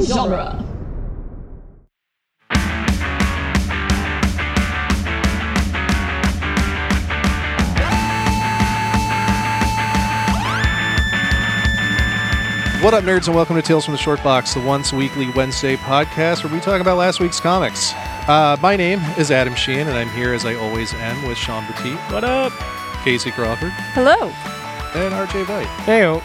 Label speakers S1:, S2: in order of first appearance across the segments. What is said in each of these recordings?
S1: genre.
S2: What up, nerds, and welcome to Tales from the Short Box, the once weekly Wednesday podcast where we talk about last week's comics. Uh, my name is Adam Sheehan, and I'm here as I always am with Sean Petit,
S3: What up?
S2: Casey Crawford,
S4: Hello.
S2: and RJ White.
S3: Hey,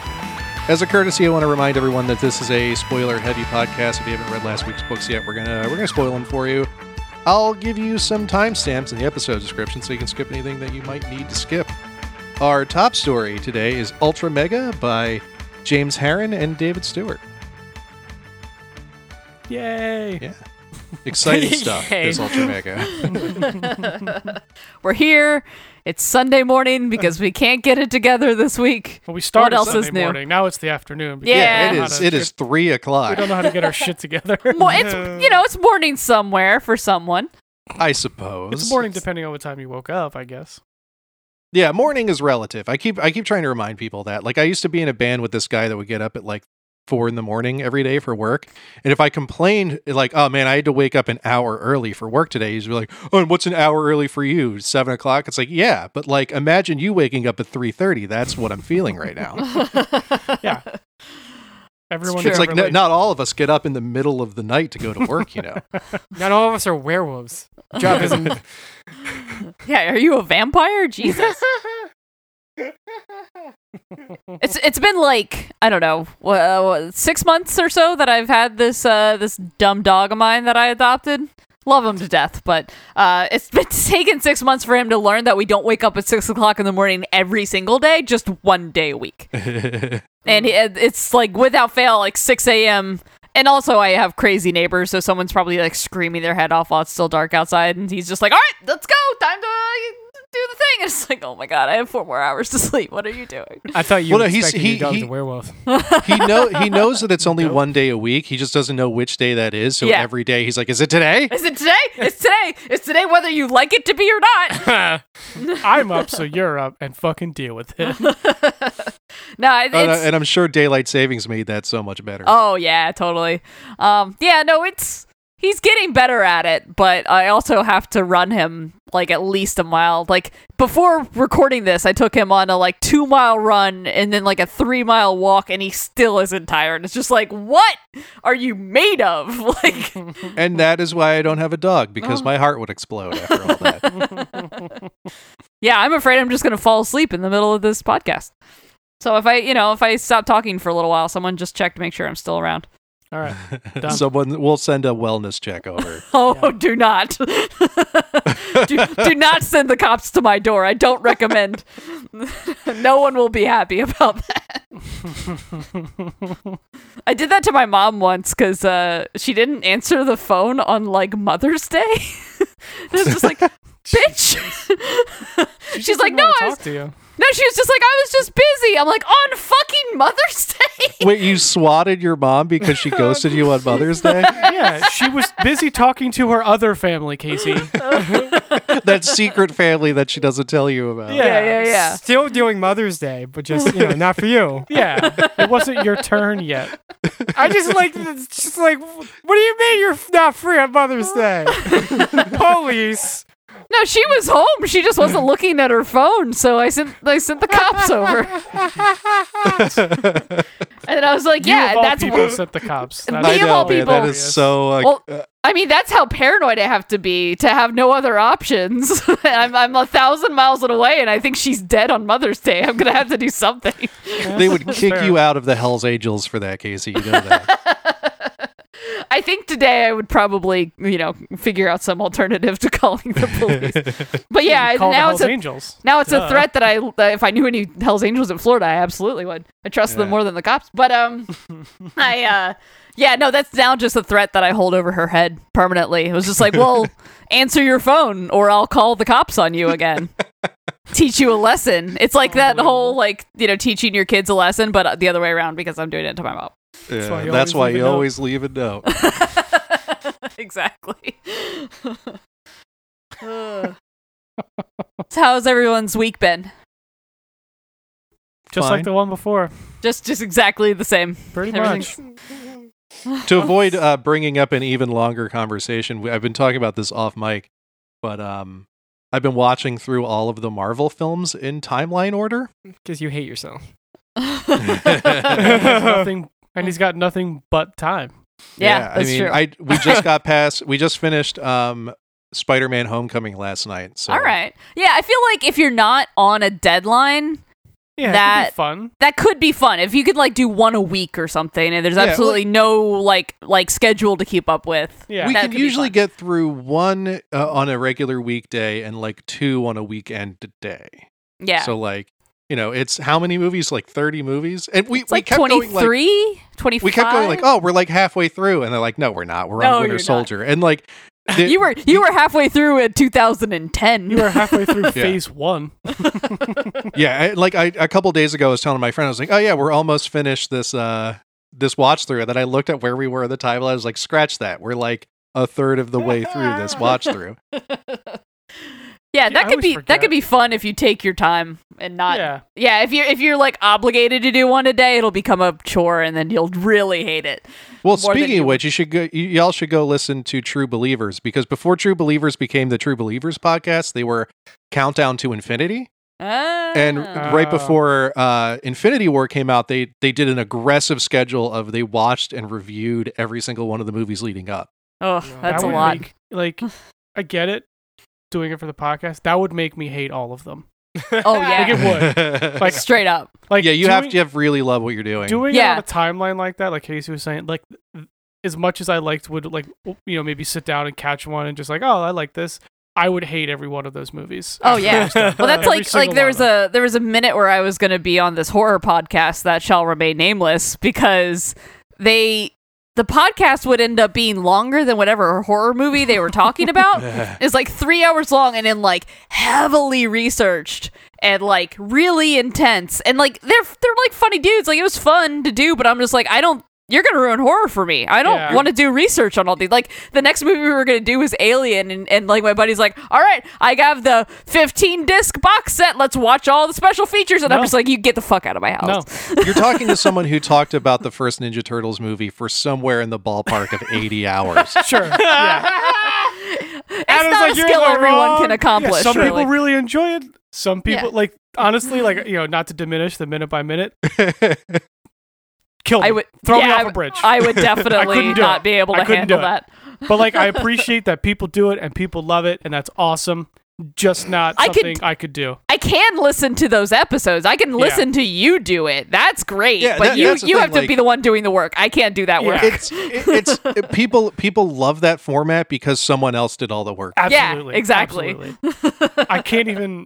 S2: As a courtesy, I want to remind everyone that this is a spoiler-heavy podcast. If you haven't read last week's books yet, we're gonna we're gonna spoil them for you. I'll give you some timestamps in the episode description so you can skip anything that you might need to skip. Our top story today is Ultra Mega by James Herron and David Stewart.
S3: yay!
S2: Yeah. Exciting stuff
S3: Yay.
S2: is Ultra Mega.
S4: We're here. It's Sunday morning because we can't get it together this week.
S3: Well, we started
S4: What else
S3: Sunday
S4: is new?
S3: morning. Now it's the afternoon. because
S2: it
S4: Yeah.
S3: we don't know
S2: is
S3: how to-
S2: it is three
S3: We
S2: o'clock.
S3: don't know how to get our shit together.
S4: Well, it's you know it's morning somewhere for someone.
S2: I suppose.
S3: It's morning depending on what time you woke up, I guess.
S2: Yeah, morning is relative. I keep I keep trying to remind people that. Like I used to be in a band with this guy that would get up at like four in the morning every day for work. And if I complained like, oh man, I had to wake up an hour early for work today, he's like, Oh, and what's an hour early for you? Seven o'clock? It's like, yeah, but like imagine you waking up at three thirty. That's what I'm feeling right now.
S3: Yeah. Everyone can
S4: true.
S2: It's like n-
S3: relate.
S2: not all of us get up in the middle of the night to go to work, you know.
S5: Not all of us are werewolves. Job isn't.
S4: Yeah, are you a vampire? Jesus. it's it's been like I don't know wha- six months or so that I've had this uh, this dumb dog of mine that I adopted. Love him to death, but uh, it's been taken six months for him to learn that we don't wake up at six o'clock in the morning every single day, just one day a week. and he- it- it's like without fail, like six a.m. And also, I have crazy neighbors, so someone's probably like screaming their head off while it's still dark outside, and he's just like, "All right, let's go, time to uh, do the thing." And it's like, "Oh my god, I have four more hours to sleep. What are you doing?"
S5: I thought you
S2: Well,
S5: were
S2: no, he's-
S5: expecting
S2: he-
S5: your dog
S2: he-
S5: to werewolf.
S2: he know he knows that it's only one day a week. He just doesn't know which day that is. So
S4: Yeah.
S2: every day he's like, "Is it today?"
S4: Is it today? It's today. It's today, whether you like it to be or not.
S3: I'm up, so you're up, and fucking deal with it.
S4: No, it,
S2: And, I- Uh,
S4: it's.
S2: and I'm sure daylight savings made that so much better.
S4: Oh yeah, totally. Um, yeah, no, it's he's getting better at it, but I also have to run him like at least a mile. Like before recording this, I took him on a like two mile run and then like a three mile walk, and he still isn't tired. It's just like, what are you made of? Like,
S2: And that is why I don't have a dog
S3: Oh.
S2: because my heart would explode after all that.
S4: yeah, I'm afraid I'm just gonna fall asleep in the middle of this podcast. So if I, you know, if I stop talking for a little while, someone just check to make sure I'm still around.
S3: All right. Done.
S2: Someone will send a wellness check over.
S4: Oh, do not. do, do not send the cops to my door. I don't recommend. no one will be happy about that. I did that to my mom once because uh, she didn't answer the phone on like Mother's Day. it was just like, bitch. She's like, no, I
S3: talk
S4: was,
S3: to you.
S4: no. She was just like, I was just busy. I'm like, on fucking Mother's Day.
S2: Wait, you swatted your mom because she ghosted you on Mother's Day?
S3: Yeah, she was busy talking to her other family, Casey.
S2: That secret family that she doesn't tell you about.
S3: Yeah.
S4: yeah, yeah.
S5: Still doing Mother's Day, but just you know, not for you.
S3: Yeah, it wasn't your turn yet.
S5: I just like, it's just like, what do you mean you're not free on Mother's Day? Police.
S4: No, she was home. She just wasn't looking at her phone. So I sent I sent the cops over. and then I was like,
S3: you
S4: yeah,
S3: of all
S4: that's
S3: people
S4: wor-
S3: sent the cops.
S4: Me
S3: That's
S2: I
S4: of
S2: know,
S4: all
S2: man. That
S4: people.
S2: is so. Uh,
S4: well, I mean, that's how paranoid I have to be to have no other options. I'm, I'm a thousand miles away, and I think she's dead on Mother's Day. I'm gonna have to do something.
S2: they would kick
S3: fair.
S2: you out of the Hell's Angels for that, Casey. You know that.
S4: I think today I would probably, you know, figure out some alternative to calling the police. But yeah,
S3: called
S4: now
S3: Hell's
S4: it's a
S3: Angels.
S4: Now it's
S3: Duh.
S4: a threat that I that if I knew any Hell's Angels in Florida, I absolutely would. I trust
S2: Yeah.
S4: them more than the cops. But um, I uh, yeah, no, that's now just a threat that I hold over her head permanently. It was just like, well, answer your phone or I'll call the cops on you again. teach you a lesson. It's like that whole like you know teaching your kids a lesson, but the other way around because I'm doing it to my mom.
S2: Yeah,
S3: why you
S2: that's
S3: always
S2: why
S3: leave a
S2: you
S3: note.
S2: always leave a note.
S4: exactly. Ugh. so how's everyone's week been?
S3: Just
S2: Fine.
S3: like the one before.
S4: Just just exactly the same.
S3: Pretty much.
S4: Everything's-
S2: to avoid uh, bringing up an even longer conversation, we- I've been talking about this off mic, but um, I've been watching through all of the Marvel films in timeline order.
S5: Because you hate yourself.
S3: and, he's
S4: yeah,
S3: nothing, and he's got nothing but time.
S4: that's
S2: I mean,
S4: true.
S2: I we just got past, we just finished um, Spider-Man: Homecoming last night. So
S4: All right. Yeah, I feel like if you're not on a deadline,
S3: Yeah, that could
S4: That-
S3: be fun.
S4: that could be fun. If you could like do one a week or something, and there's
S2: Yeah,
S4: absolutely no like like schedule to keep up with.
S3: Yeah,
S2: we
S4: That
S2: can
S4: could be
S2: usually
S4: fun.
S2: get through one uh, on a regular weekday and like two on a weekend day.
S4: Yeah.
S2: So like, you know, it's how many movies? Like thirty movies, and we
S4: it's
S2: we
S4: like
S2: kept going like
S4: 23, 25.
S2: we kept going like, oh, we're like halfway through, and they're like, no, we're not. We're on
S4: No, you're
S2: Winter
S4: not.
S2: Soldier, and like, the-
S4: you were you were halfway through in 2010.
S3: You were halfway through phase one.
S2: yeah, I, like I, a couple days ago, I was telling my friend, I was like, oh yeah, we're almost finished this uh this watch through, and then I looked at where we were at the time, and I was like, scratch that, we're like a third of the way through this watch through.
S4: yeah,
S3: I
S4: that could
S3: always
S4: be that
S3: forget.
S4: could be fun if you take your time and not. Yeah.
S3: yeah.
S4: if you're if you're like obligated to do one a day, it'll become a chore, and then you'll really hate it.
S2: Well,
S4: More than
S2: speaking
S4: you
S2: of which, you should go. You, y'all should go listen to True Believers because before True Believers became the True Believers podcast, they were Countdown to Infinity, and
S4: Ah.
S2: right
S3: Ah.
S2: before uh, Infinity War came out, they they did an aggressive schedule of they watched and reviewed every single one of the movies leading up.
S4: Ugh,
S5: That
S4: that's a
S3: would
S4: lot.
S3: make- like, I get it. Doing it for the podcast, that would make me hate all of them. Like
S4: Oh yeah,
S3: it would. Like
S4: straight up.
S3: Like
S2: yeah, you
S3: doing,
S2: have to have really love what you're doing.
S3: doing
S4: Yeah.
S3: it on a timeline like that. Like Casey was saying, like th- as much as I liked, would like w- you know maybe sit down and catch one and just like oh I like this. I would hate every one of those movies.
S4: Oh, yeah. Well, that's
S3: Every
S4: like like
S3: single
S4: there
S3: one
S4: was
S3: of
S4: a there was a minute where I was going to be on this horror podcast that shall remain nameless because they the podcast would end up being longer than whatever horror movie they were talking about. it's like 3 hours long and then like heavily researched and like really intense. And like they're they're like funny dudes. Like it was fun to do, but I'm just like I don't you're gonna ruin horror for me. I don't
S3: Yeah.
S4: want to do research on all these. Like the next movie we were gonna do was Alien, and, and like my buddy's like, all right, I have the 15 disc box set. Let's watch all the special features, and I'm
S3: No.
S4: just like, you get the fuck out of my
S3: No,
S4: house.
S2: You're talking to someone who talked about the first Ninja Turtles movie for somewhere in the ballpark of 80 hours.
S3: sure. Yeah.
S4: it's
S5: Adam's
S4: not
S5: like,
S4: a
S5: "You're
S4: skill
S5: in the
S4: everyone
S5: wrong."
S4: can
S5: Yeah,
S4: accomplish.
S3: Some
S4: really.
S3: people really enjoy it. Some
S4: Yeah.
S3: people like honestly, like you know, not to diminish the minute by minute. Kill me.
S4: I would
S3: throw
S4: yeah,
S3: me
S4: I
S3: off
S4: would-
S3: a bridge.
S4: I would definitely
S3: couldn't do
S4: not
S3: it.
S4: be able
S3: I
S4: to
S3: couldn't
S4: handle
S3: do it.
S4: that.
S3: but like I appreciate that people do it and people love it, and that's awesome. Just not
S4: I could-
S3: something I could do.
S4: I can listen to those episodes. I can listen to you do it. That's great.
S2: Yeah,
S4: but
S2: that-
S4: you
S2: that's the
S4: you
S2: thing,
S4: have to
S2: like-
S4: be the one doing the work. I can't do that
S3: Yeah.
S4: work.
S2: It's it- it's it- people people love that format because someone else did all the work.
S3: Absolutely.
S4: exactly.
S3: absolutely. I can't even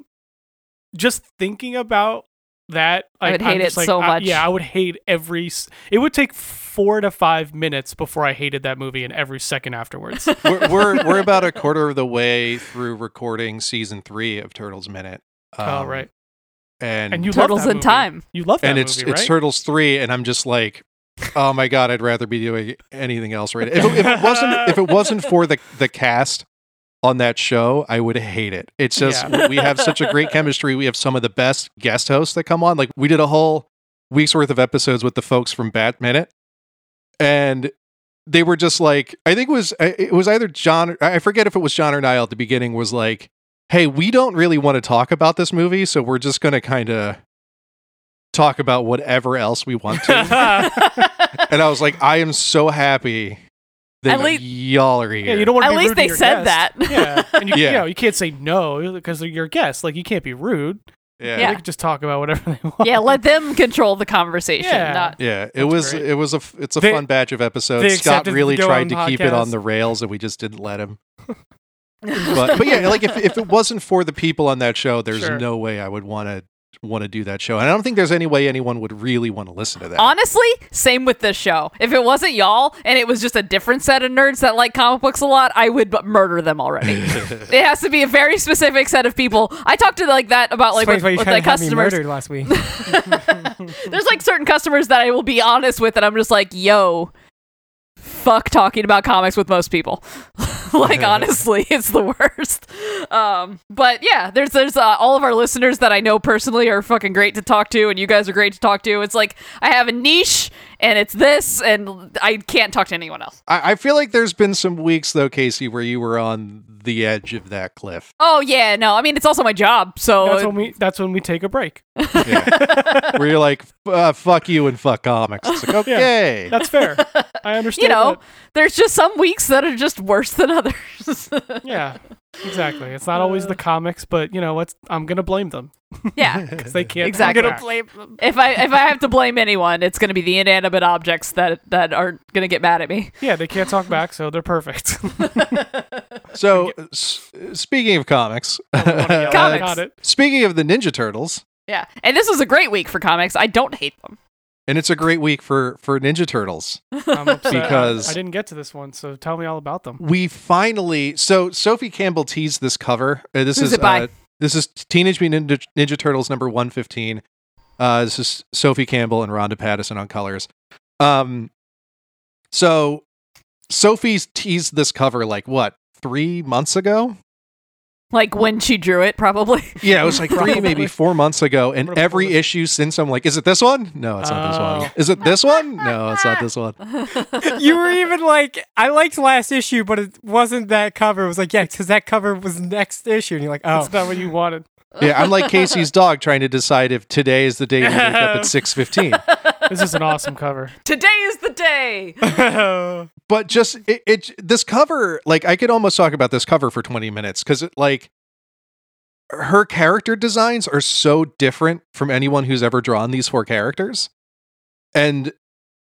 S3: just thinking about that.
S4: I
S3: like,
S4: would
S3: I'm
S4: hate it
S3: just like,
S4: so
S3: I-
S4: much.
S3: yeah, I would hate every. s- It would take four to five minutes before I hated that movie and every second afterwards.
S2: We're, we're we're about a quarter of the way through recording season 3 of Turtles Minute.
S3: All
S2: Um,
S3: Oh, right,
S2: And
S3: and you love
S4: Turtles
S3: that
S4: in
S3: movie.
S4: Time.
S3: You love that
S2: and it's
S3: movie,
S2: it's
S3: right?
S2: Turtles 3 and I'm just like oh my god, I'd rather be doing anything else right. If, it- if it wasn't if it wasn't for the the cast on that show, I would hate it. It's just we have such a great chemistry. We have some of the best guest hosts that come on. Like we did a whole week's worth of episodes with the folks from Bat Minute and they were just like I think it was uh, it was either John I forget if it was John or Niall at the beginning was like hey, we don't really want to talk about this movie, so we're just going to kind of talk about whatever else we want to. and I was like, I am so happy that
S4: At least-
S2: y'all are here.
S3: yeah, you don't want
S4: At
S3: be
S4: least
S3: rude
S4: they
S3: to your
S4: said
S3: guest.
S4: that.
S3: Yeah, and you,
S2: Yeah.
S3: you, know, you can't say no because they're your guests. Like you can't be rude.
S2: yeah.
S4: Yeah.
S3: They can just talk about whatever they want.
S4: yeah, let them control the conversation.
S3: Yeah.
S4: Not
S2: Yeah, it
S3: That's
S2: was
S3: great.
S2: it was a f- it's a
S5: They-
S2: fun batch of
S5: they
S2: episodes. Scott
S5: accepted to
S2: really
S5: go
S2: tried
S5: on
S2: to keep it on
S5: podcast.
S2: the rails, and we just didn't let him. But but yeah, like if if it wasn't for the people on that show, there's
S3: Sure.
S2: no way I would want to want to do that show, and I don't think there's any way anyone would really want to listen to that.
S4: honestly, same with this show. If it wasn't y'all and it was just a different set of nerds that like comic books a lot, I would b- murder them already. it has to be a very specific set of people. I talked to like that about like
S5: Explains
S4: with,
S5: why you
S4: with
S5: tried
S4: my
S5: to have me
S4: customers.
S5: murdered last week.
S4: There's like certain customers that I will be honest with, and I'm just like, yo, fuck talking about comics with most people. like honestly, it's the worst. Um, but yeah, there's there's uh, all of our listeners that I know personally are fucking great to talk to, and you guys are great to talk to. It's like I have a niche, and it's this, and I can't talk to anyone else.
S2: I, I feel like there's been some weeks though, Casey, where you were on the edge of that cliff.
S4: Oh yeah, no, I mean it's also my job, so
S3: That's when we that's when we take a break.
S2: Yeah. where you're like, "F- uh, fuck you and fuck comics. It's like, okay.
S3: That's fair. I understand.
S4: you know,
S3: that.
S4: there's just some weeks that are just worse than others.
S3: Yeah. Exactly. It's not always
S4: Uh.
S3: the comics, but you know what's I'm gonna blame them
S4: yeah.
S3: because they can't.
S4: Exactly.
S3: I'm gonna blame-
S4: If I if I have to blame anyone, it's going to be the inanimate objects that that aren't going to get mad at me.
S3: yeah, they can't talk back, so they're perfect.
S2: So, s- speaking of comics,
S4: Comics.
S3: Got it.
S2: speaking of the Ninja Turtles,
S4: Yeah, and this was a great week for comics. I don't hate them.
S2: and it's a great week for for Ninja Turtles.
S3: I'm upset.
S2: Because-
S3: I didn't get to this one, so tell me all about them.
S2: We finally so Sophie Campbell teased this cover. Uh, this
S4: Who's
S2: is
S4: it by?
S2: uh, this is Teenage Mutant Ninja, Ninja Turtles number one fifteen. Uh, this is Sophie Campbell and Rhonda Pattison on colors. Um, so Sophie's teased this cover like what three months ago?
S4: Like when she drew it, probably.
S2: Yeah, it was like three, maybe
S3: Probably.
S2: four months ago. And
S3: gonna pull
S2: every
S3: this-
S2: issue since I'm like, is it this one? No, it's not this one. Is it this one? No, it's not this one.
S5: you were even like, I liked last issue, but it wasn't that cover. It was like, yeah, because that cover was next issue, and you're like, oh,
S3: That's not what you wanted.
S2: Yeah, I'm like Casey's dog trying to decide if today is the day you wake up at six fifteen.
S3: This is an awesome cover.
S4: Today is the day.
S2: But just it, it this cover, like I could almost talk about this cover for twenty minutes because it like her character designs are so different from anyone who's ever drawn these four characters. And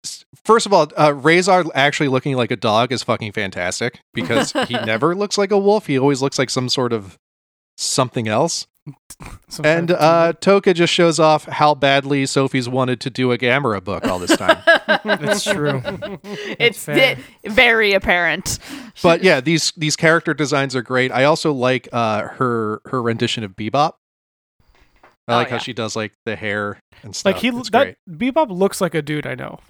S2: s- first of all, uh, Razor actually looking like a dog is fucking fantastic because he never looks like a wolf. He always looks like some sort of something else.
S3: Some
S2: And
S3: sort of-
S2: uh, Toka just shows off how badly Sophie's wanted to do a Gamera book all this time.
S5: that's true.
S4: it's
S5: fair.
S4: di- very apparent.
S2: but yeah, these these character designs are great. I also like uh, her her rendition of Bebop. I
S4: Oh,
S2: like how
S4: yeah.
S2: she does like the hair and stuff.
S3: like he
S2: It's
S3: that
S2: Oh, great.
S3: Bebop looks like a dude I know.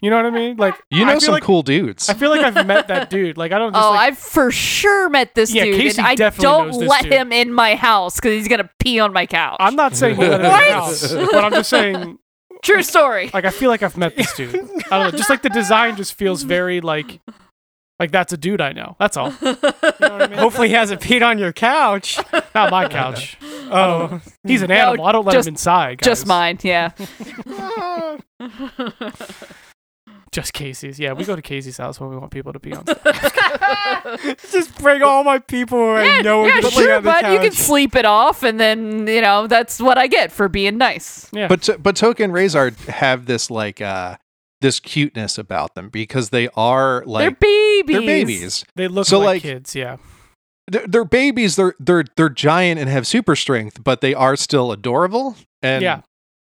S3: You know what I mean? Like
S2: You
S3: I
S2: know
S3: feel
S2: some
S3: like,
S2: cool dudes.
S3: I feel like I've met that dude. Like I don't. Just
S4: Oh,
S3: like,
S4: I've for sure met this
S3: Yeah,
S4: dude,
S3: Casey
S4: and I
S3: definitely
S4: don't
S3: knows this
S4: let
S3: dude.
S4: him in my house because he's gonna pee on my couch.
S3: I'm not saying he let it
S4: What?
S3: house, but I'm just saying
S4: True story.
S3: like I feel like I've met this dude. I don't know. Just like the design just feels very like like that's a dude I know. That's all. You know what I mean?
S5: Hopefully, he hasn't peed on your couch.
S3: Not my couch.
S5: Oh,
S3: He's an animal. I don't let
S4: just-
S3: him inside. Guys.
S4: Just mine. Yeah.
S3: Just Casey's. Yeah, we go to Casey's house when we want people to be on. Stuff.
S5: just bring all my people who I know.
S4: yeah,
S5: and put them
S4: sure,
S5: on the
S4: bud. You can
S5: couch.
S4: sleep it off, and then you know that's what I get for being nice.
S3: Yeah,
S2: But but Toka and Razor have this like uh, this cuteness about them because they are
S4: they're
S2: like
S4: babies.
S2: they're babies.
S3: they look
S2: so,
S3: like,
S2: like-
S3: kids. Yeah,
S2: they're, they're babies. They're they're they're giant and have super strength, but they are still adorable. And
S3: Yeah.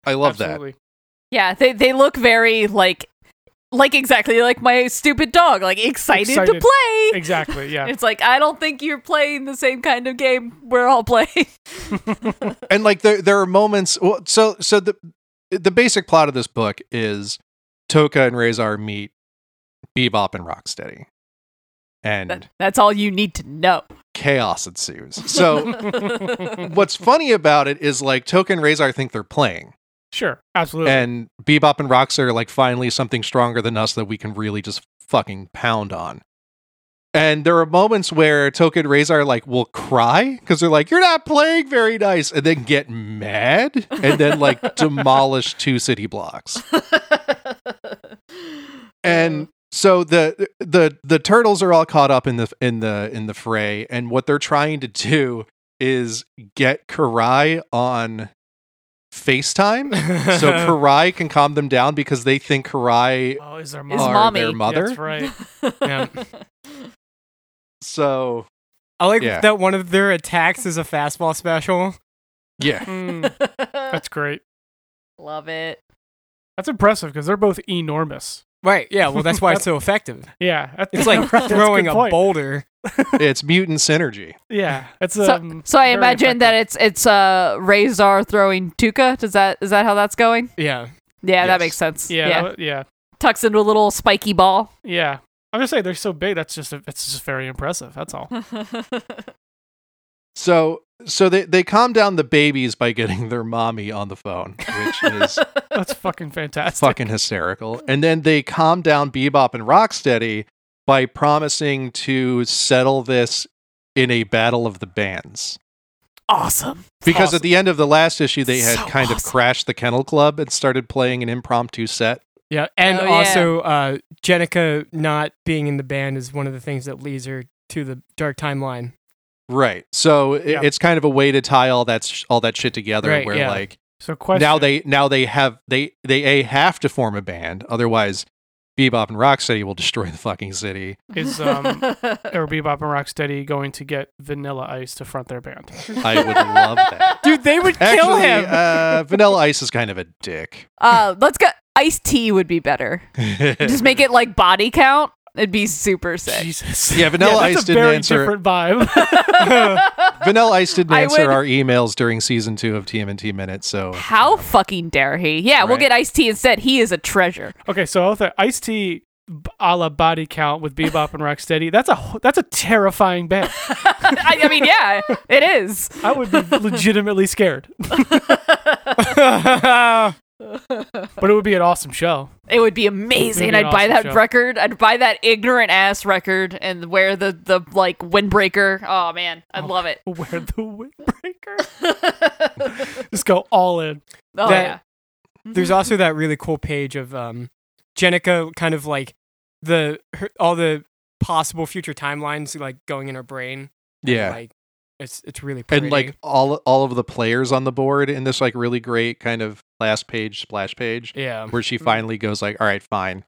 S2: I love
S3: absolutely.
S4: Yeah, they they look very like like exactly like my stupid dog, like excited, to
S3: Excited.
S4: play.
S3: Exactly. Yeah.
S4: It's like I don't think you're playing the same kind of game we're all playing.
S2: that. And like there there are moments. Well, so so the the basic plot of this book is Toka and Razor meet Bebop and Rocksteady, and
S4: That- that's all you need to know.
S2: chaos ensues. So what's funny about it is like Toka and Razor think they're playing,
S3: sure. Absolutely.
S2: and Bebop and Rocksteady are like finally something stronger than us that we can really just fucking pound on. And there are moments where Token and Razor like will cry because they're like, "You're not playing very nice," and then get mad and then like demolish two city blocks.
S4: Uh-huh.
S2: And so the the the turtles are all caught up in the in the in the fray, and what they're trying to do is get Karai on FaceTime so Karai can calm them down because they think Karai
S3: oh, is there
S4: Is
S2: are
S3: mom?
S4: mommy.
S2: their mother.
S3: That's right.
S5: Yeah.
S2: So
S5: I like
S2: Yeah.
S5: that one of their attacks is a fastball special.
S2: yeah,
S3: Mm, that's great.
S4: Love it.
S3: That's impressive because they're both enormous.
S5: Right. Yeah. Well, that's why it's so effective.
S3: Yeah, that-
S5: It's like
S3: that's good
S5: throwing a
S3: point.
S5: boulder.
S2: it's mutant synergy.
S3: Yeah, that's
S4: So,
S3: um,
S4: so I
S3: very
S4: imagine that it's it's uh Razor throwing Tuca. Does that is that how that's going?
S5: Yeah.
S4: Yeah, that
S2: Yes.
S4: makes sense.
S3: effective. yeah, that wa- yeah,
S4: tucks into a little spiky ball.
S3: yeah. I'm just saying they're so big. That's just it's just very impressive. That's all.
S4: Uh,
S2: So so they they calm down the babies by getting their mommy on the phone, which is
S3: That's fucking fantastic.
S2: fucking hysterical. And then they calm down Bebop and Rocksteady by promising to settle this in a battle of the bands.
S4: awesome.
S2: Because
S3: Awesome.
S2: at the end of the last issue, they had
S4: So
S2: kind of
S4: awesome.
S2: crashed the Kennel Club and started playing an impromptu set.
S5: Yeah, and
S4: Oh, yeah.
S5: also uh, Jenica not being in the band is one of the things that leads her to the dark timeline.
S2: Right. So i-
S3: Yeah.
S2: it's kind of a way to tie all that sh- all that shit together
S5: Right,
S2: where
S5: yeah.
S2: like
S3: So question
S2: now they now they have they they a have to form a band otherwise Bebop and Rocksteady will destroy the fucking city.
S3: Is, um, are Bebop and Rocksteady going to get Vanilla Ice to front their band?
S2: I would love that.
S5: Dude, they would kill
S2: Actually,
S5: him.
S2: uh, Vanilla Ice is kind of a dick.
S4: uh, let's go. Iced tea would be better. Just make it like body count. It'd be super sick.
S3: Jesus.
S2: Yeah, Vanilla
S3: that's
S2: Ice
S3: a
S2: didn't
S3: very
S2: answer-
S3: different vibe.
S2: Vanilla Ice didn't
S4: I
S2: answer
S4: would-
S2: our emails during season two of TMNT Minute, so
S4: How fucking dare he? Yeah, we'll
S2: Right.
S4: get iced tea instead. He is a treasure.
S3: okay, so I'll say Ice T a la body count with Bebop and Rocksteady. That's a ho- that's a terrifying band.
S4: I, I mean, yeah, it is.
S3: I would be legitimately scared, but it would be an awesome show.
S4: It would be amazing.
S3: It would be an
S4: I'd buy
S3: awesome
S4: that
S3: show.
S4: record. I'd buy that ignorant ass record and wear the the like windbreaker. Oh man, I'd
S3: Oh.
S4: love it.
S3: Wear the windbreaker. Just go all in.
S4: Oh
S5: That-
S4: yeah.
S5: There's also that really cool page of um, Jenica kind of like the her, all the possible future timelines like going in her brain.
S2: yeah.
S5: like it's it's really pretty.
S2: And like all all of the players on the board in this like really great kind of last page splash page.
S5: yeah,
S2: where she finally goes like, "All right, fine,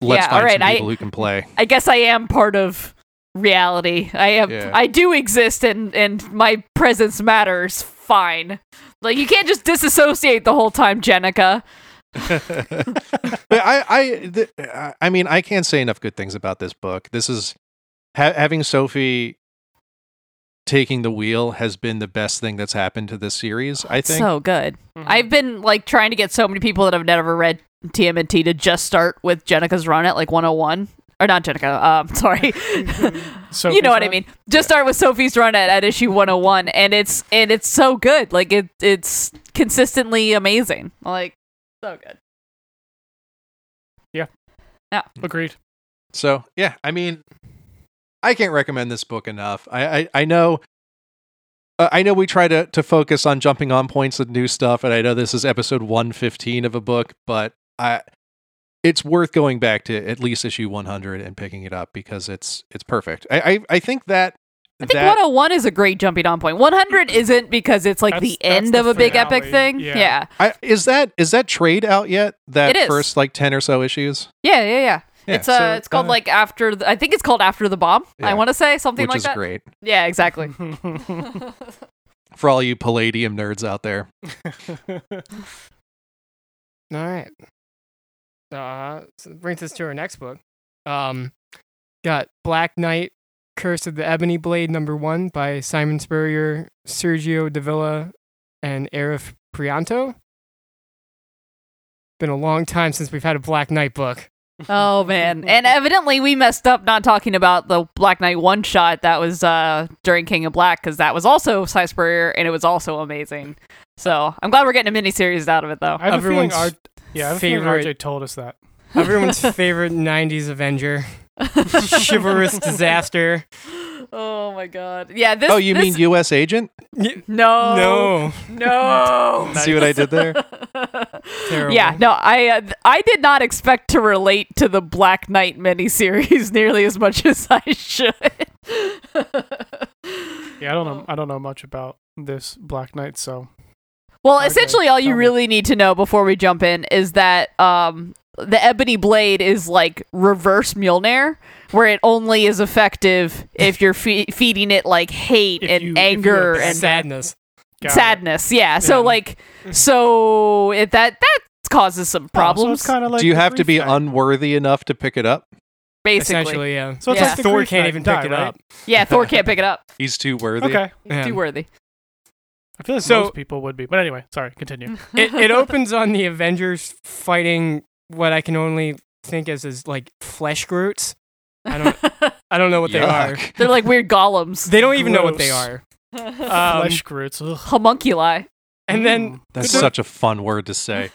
S2: let's
S4: Yeah, all
S2: find
S4: right,
S2: some
S4: I-
S2: people who can play."
S4: I guess I am part of reality. I am.
S2: Yeah.
S4: I do exist, and and my presence matters. Fine. Like you can't just disassociate the whole time, Jenica.
S2: but I, I, th- I- I mean, I can't say enough good things about this book. This is ha- having Sophie taking the wheel has been the best thing that's happened to this series. I think.
S4: So good. I've been like trying to get so many people that have never read TMNT to just start with Jenica's run at like 101. Or not Jenica, um, sorry.
S3: So
S4: you know what I mean. Just start with Sophie's run at, at issue 101 and it's and it's so good. Like it it's consistently amazing. Like so good.
S3: Agreed.
S2: So yeah, I mean, I can't recommend this book enough. I I, I know. Uh, I know we try to, to focus on jumping on points with new stuff, and I know this is episode one fifteen of a book, but I it's worth going back to at least issue one hundred and picking it up because it's it's perfect. I I, I think that
S4: I think
S2: that
S4: 101 is a great jumping on point. 100 isn't because it's like the
S3: That's- that's
S4: end
S3: the
S4: of a big epic
S3: finale.
S4: thing.
S3: Yeah.
S4: Yeah.
S2: I, is that is that trade out yet? That
S4: oh It is.
S2: first like ten or so issues.
S4: Yeah, yeah, yeah.
S2: Yeah,
S4: it's uh
S2: so,
S4: it's called like after the, I think it's called after the bomb.
S2: Yeah.
S4: I want to say something
S2: which
S4: like
S2: is
S4: that.
S2: great
S4: Yeah, exactly.
S2: for all you Palladium nerds out there.
S5: all right. Uh, so that brings us to our next book. Um, got Black Knight, Curse of the Ebony Blade, number one by Simon Spurrier, Sergio Davila, and Arif Prianto. Been a long time since we've had a Black Knight book.
S4: Oh man. And evidently we messed up not talking about the Black Knight one shot that was uh during King of Black cuz that was also Cy Spurrier and it was also amazing. So, I'm glad we're getting a miniseries out of it though.
S3: I have
S5: Everyone's
S3: a feeling R- yeah, I have a feeling
S5: favorite-
S3: RJ told us that.
S5: Everyone's favorite '90s Avenger, chivalrous disaster.
S4: Oh my god. Yeah, this
S2: oh, you
S4: this-
S2: mean U.S. Agent?
S5: Y-
S4: No.
S5: no,
S4: No.
S2: See what I did there?
S5: terrible.
S4: Yeah, no, I uh, th- I did not expect to relate to the Black Knight miniseries nearly as much as I should.
S3: Yeah, I don't know. I don't know much about this Black Knight, so
S4: Well,
S3: Okay,
S4: essentially, all you
S3: tell me.
S4: really need to know before we jump in is that um, the Ebony Blade is like reverse Mjolnir, where it only is effective if you're fe- feeding it like hate
S3: If
S4: and
S3: you- if you
S4: anger and
S5: sadness.
S3: got it. Oh,
S4: sadness. Yeah. So
S5: Yeah.
S4: like, so it, that that causes
S3: Oh, so
S4: some
S3: it's
S4: problems.
S3: kinda like
S2: Do you
S3: the
S2: have to be
S3: Greek Knight.
S2: unworthy enough to pick it up?
S4: basically,
S5: Essentially, yeah.
S3: So it's
S4: Yeah.
S3: like the
S5: Thor
S3: Greek
S5: can't
S3: Knight
S5: even
S3: die,
S5: pick it
S3: right?
S5: up.
S4: yeah. Thor can't pick it up.
S2: He's too worthy.
S3: Okay,
S5: Yeah.
S4: Too worthy.
S3: I feel like
S5: So- Mm,
S3: most people would be, but anyway, sorry. Continue.
S5: it, it opens on the Avengers fighting what I can only think as is like flesh Groots. I don't. I don't know what they are.
S2: Yuck.
S4: They're like weird golems.
S5: They don't even know what they
S3: Gross.
S5: are.
S3: Um,
S5: Um,
S3: Flesh grits. Ugh.
S4: Homunculi.
S5: And then
S2: That's
S5: They're-
S2: such a fun word to say.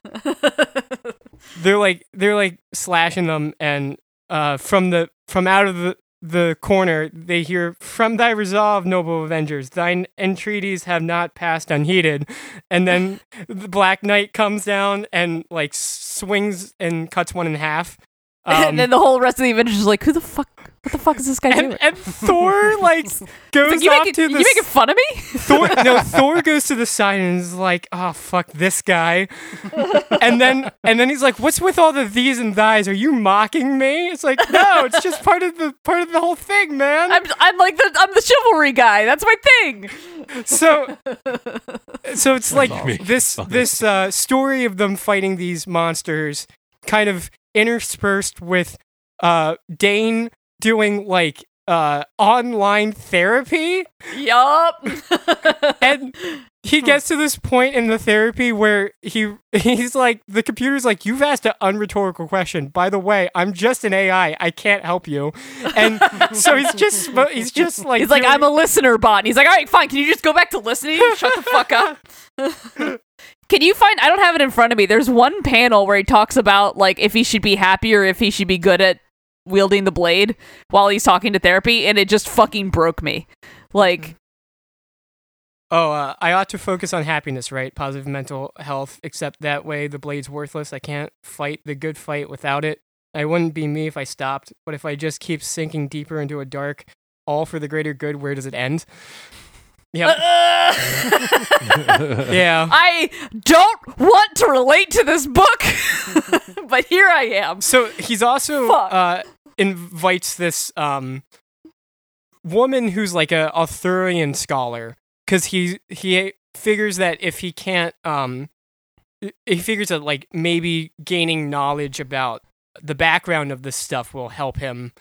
S5: they're like they're like slashing them, and uh, from the from out of the the corner they hear from thy resolve noble avengers thine entreaties have not passed unheeded and then the black knight comes down and like swings and cuts one in half Um,
S4: and then the whole rest of the Avengers is like, who the fuck? What the fuck is this guy doing?
S5: and, and Thor like goes
S4: It's like, you
S5: off
S4: making,
S5: to the
S4: you making fun of me?
S5: Thor no Thor goes to the side and is like, "Oh fuck this guy," and then and then he's like, "What's with all the these and thys? Are you mocking me?" It's like, no, it's just part of the part of the whole thing, man.
S4: I'm, I'm like the I'm the chivalry guy. That's my thing.
S5: so so it's like
S2: awesome.
S5: this this uh, story of them fighting these monsters, kind of interspersed with uh, Dane doing like uh, online therapy.
S4: Yup.
S5: and he gets to this point in the therapy where he he's like the computer's like you've asked an unrhetorical question by the way i'm just an ai i can't help you and so he's just sm- he's just like
S4: He's like,
S5: doing-
S4: I'm a listener bot. And he's like, all right, fine. Can you just go back to listening? Shut the fuck up. Can you find? I don't have it in front of me. There's one panel where he talks about like if he should be happy or if he should be good at wielding the blade while he's talking to therapy, and it just fucking broke me. Like,
S5: oh uh, i ought to focus on happiness right positive mental health except that way the blade's worthless i can't fight the good fight without it i wouldn't be me if i stopped but if i just keep sinking deeper into a dark all for the greater good where does it end yep
S4: Uh,
S5: yeah
S4: I don't want to relate to this book, but here I am.
S5: Um, So he's also
S4: Fuck.
S5: uh, invites this um, woman who's like a Arthurian scholar because he he figures that if he can't um, he figures that like maybe gaining knowledge about the background of this stuff will help him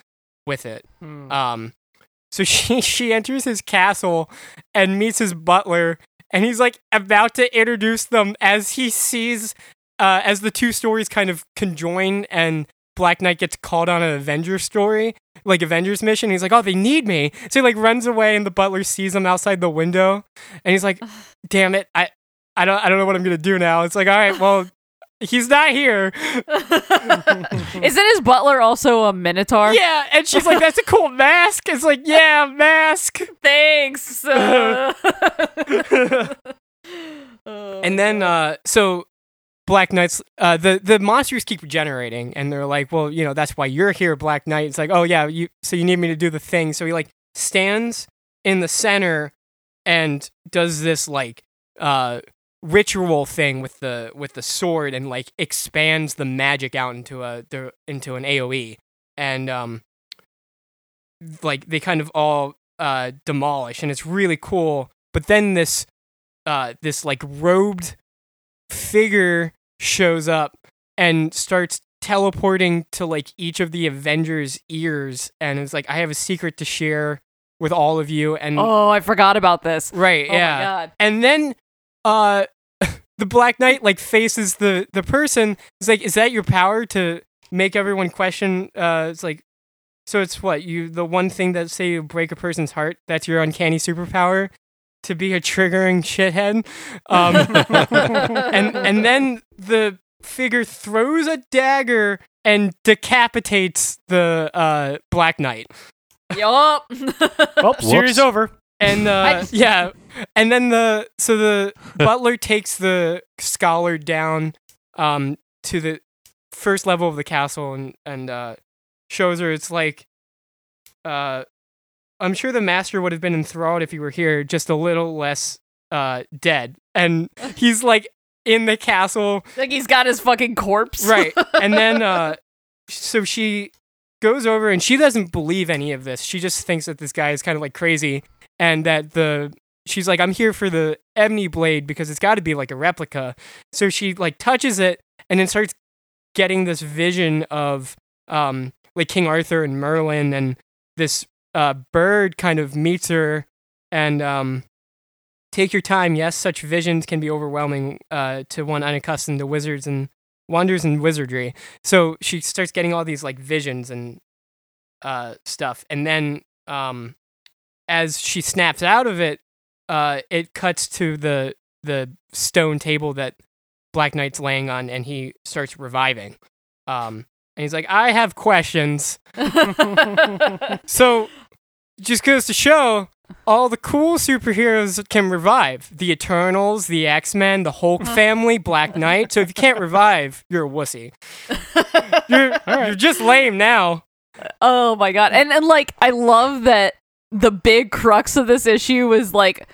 S5: with it.
S3: Hmm.
S5: Um, so she she enters his castle and meets his butler, and he's like about to introduce them as he sees uh, as the two stories kind of conjoin, and Black Knight gets called on an Avengers story, like Avengers mission. He's like, "Oh, they need me," so he like runs away, and the butler sees him outside the window, and he's like, "Damn it, I." I don't, I don't know what I'm going to do now. It's like, all right, well, he's not here.
S4: Isn't his butler also a minotaur?
S5: Hmm. Yeah. And she's like, that's a cool mask. It's like, yeah, mask.
S4: Thanks.
S5: and then uh so black knights uh the the monsters keep regenerating and they're like well you know that's why you're here black knight it's like oh yeah you so you need me to do the thing so he like stands in the center and does this like uh ritual thing with the with the sword and like expands the magic out into a the, into an AoE and um like they kind of all uh demolish and it's really cool but then this uh, this like robed figure shows up and starts teleporting to like each of the Avengers' ears, and it's like, I have a secret to share with all of you. And
S4: oh, I forgot about this.
S5: right,
S4: Oh
S5: yeah,
S4: my god.
S5: and then uh, the Black Knight like faces the the person. It's like, is that your power to make everyone question? Uh, it's like. So it's what you the one thing that say you break a person's heart that's your uncanny superpower to be a triggering shithead um, and and then the figure throws a dagger and decapitates the uh, Black Knight.
S4: yup.
S3: well, Oh, series over.
S5: And uh,
S4: I-
S5: yeah, and then the so the butler takes the scholar down um, to the first level of the castle and and uh, shows her it's like uh, I'm sure the master would have been enthralled if he were here, just a little less uh, dead. And he's like in the castle
S4: like he's got his fucking corpse.
S5: right and then uh so she goes over and she doesn't believe any of this she just thinks that this guy is kind of like crazy and that the she's like i'm here for the ebony blade because it's got to be like a replica so she like touches it and then starts getting this vision of um like king arthur and merlin and this uh bird kind of meets her and um take your time yes such visions can be overwhelming uh to one unaccustomed to wizards and wanders in wizardry. So she starts getting all these like visions and uh, stuff, and then um, as she snaps out of it, uh, it cuts to the the stone table that Black Knight's laying on, and he starts reviving. Um, and he's like, "I have questions." So, just goes to show all the cool superheroes can revive. The Eternals, the X Men, the Hulk
S4: Uh-huh.
S5: family, Black Knight. So if you can't revive, you're a wussy. You're, you're just lame now.
S4: oh my god. And and like I love that the big crux of this issue is like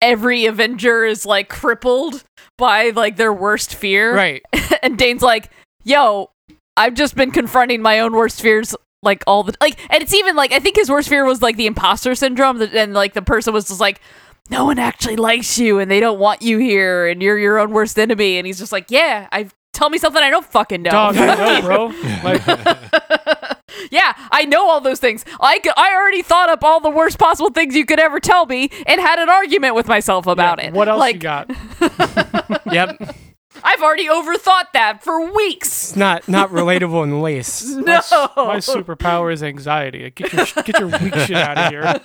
S4: every Avenger is like crippled by like their worst fear.
S5: Right.
S4: and Dane's like, "Yo, I've just been confronting my own worst fears like all the like." And it's even like I think his worst fear was like the imposter syndrome, that- and like the person was just like, "No one actually likes you, and they don't want you here, and you're your own worst enemy." And he's just like, "Yeah, I tell me something I don't fucking know."
S3: Dog, I know, bro. Like,
S4: yeah, I know all those things. I c- I already thought up all the worst possible things you could ever tell me, and had an argument with myself about it.
S3: what else
S4: Like
S3: you got?
S5: Yep.
S4: I've already overthought that for weeks.
S5: It's not not relatable in the least.
S4: No,
S3: My superpower is anxiety. Get your get your weak shit out of here.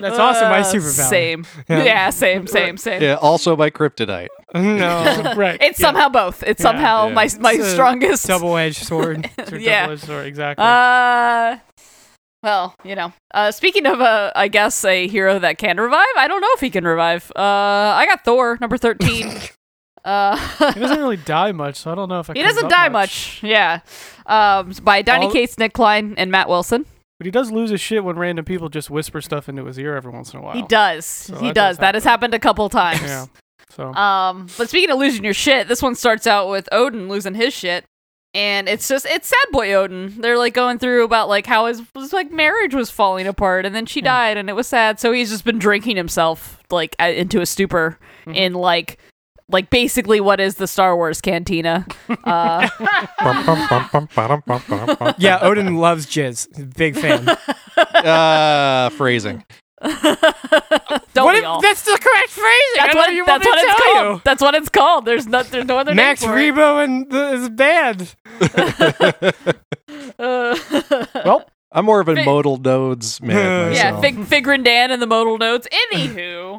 S5: That's also my
S4: Uh,
S5: superpower.
S4: Same.
S5: Yeah.
S4: Yeah, same, same, same.
S2: Yeah, also by kryptonite.
S5: No.
S3: Right.
S4: It's somehow both. It's
S3: Yeah.
S4: somehow
S2: Yeah.
S4: my my
S5: It's a
S4: strongest.
S5: Double edged sword.
S4: yeah.
S3: yeah. exactly.
S4: Uh, well, you know. Uh, speaking of, uh, I guess a hero that can revive. I don't know if he can revive. Uh, I got Thor number thirteen. uh,
S3: he doesn't really die much, so I don't know if I
S4: he
S3: comes
S4: doesn't
S3: up
S4: die much. Yeah. Um, by Donny
S3: All-
S4: Cates, Nick Klein, and Matt Wilson.
S3: But he does lose his shit when random people just whisper stuff into his ear every once in a while.
S4: He does. he
S3: that
S4: does.
S3: does
S4: That has happened a couple times.
S3: Yeah. So
S4: Um, but speaking of losing your shit, this one starts out with Odin losing his shit. And it's just it's sad boy Odin. They're like going through about like how his was like marriage was falling apart, and then she died, and it was sad. So he's just been drinking himself like a- into a stupor
S3: Mm-hmm.
S4: in like like basically what is the Star Wars cantina. Uh,
S5: Yeah, Odin loves jizz. Big fan.
S2: Uh, phrasing.
S4: don't
S5: What
S4: we
S5: if-
S4: all?
S5: that's the correct phrasing.
S4: That's
S5: I
S4: what,
S5: don't even
S4: that's
S5: want
S4: what
S5: to
S4: it's
S5: tell
S4: called.
S5: you.
S4: That's what it's called. There's not there's no other
S5: Max
S4: name for it.
S5: Rebo and the, his band.
S4: Uh,
S3: well,
S2: I'm more of a
S4: Fi-
S2: modal nodes man.
S5: Yeah,
S4: yeah,
S2: myself.
S4: Fig Figrin Dan and the modal notes. Anywho,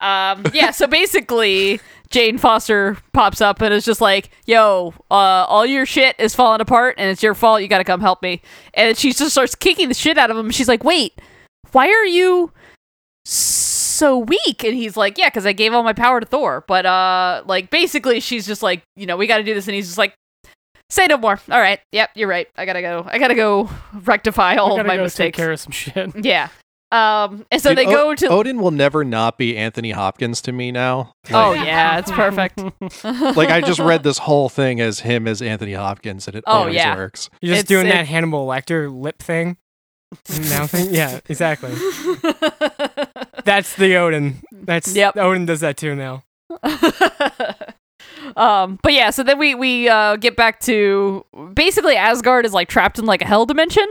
S4: um, yeah. So basically, Jane Foster pops up and is just like, "Yo, uh, all your shit is falling apart, and it's your fault. You got to come help me." And she just starts kicking the shit out of him. She's like, "Wait, why are you so weak?" And he's like, "Yeah, because I gave all my power to Thor." But uh, like basically, she's just like, "You know, we got to do this," and he's just like. Say no more. All right. Yep, you're right. I gotta go. I gotta go rectify all
S3: I
S4: of
S3: gotta
S4: my
S3: go take
S4: mistakes.
S3: care of some shit.
S4: Yeah. Um, and so
S2: Dude,
S4: they
S5: oh,
S2: O-
S4: go to.
S2: Odin will never not be Anthony Hopkins to me now. Like,
S4: oh yeah, it's perfect.
S2: like I just read this whole thing as him as Anthony Hopkins, and it
S4: Oh,
S2: always
S4: yeah.
S2: works.
S5: You're just
S4: It's-
S5: doing
S4: it-
S5: that Hannibal Lecter lip thing. Mouth thing? Yeah, exactly. That's the Odin. That's
S4: Yep.
S5: Odin does that too now.
S4: um, but yeah, so then we we uh, get back to basically Asgard is like trapped in like a hell dimension,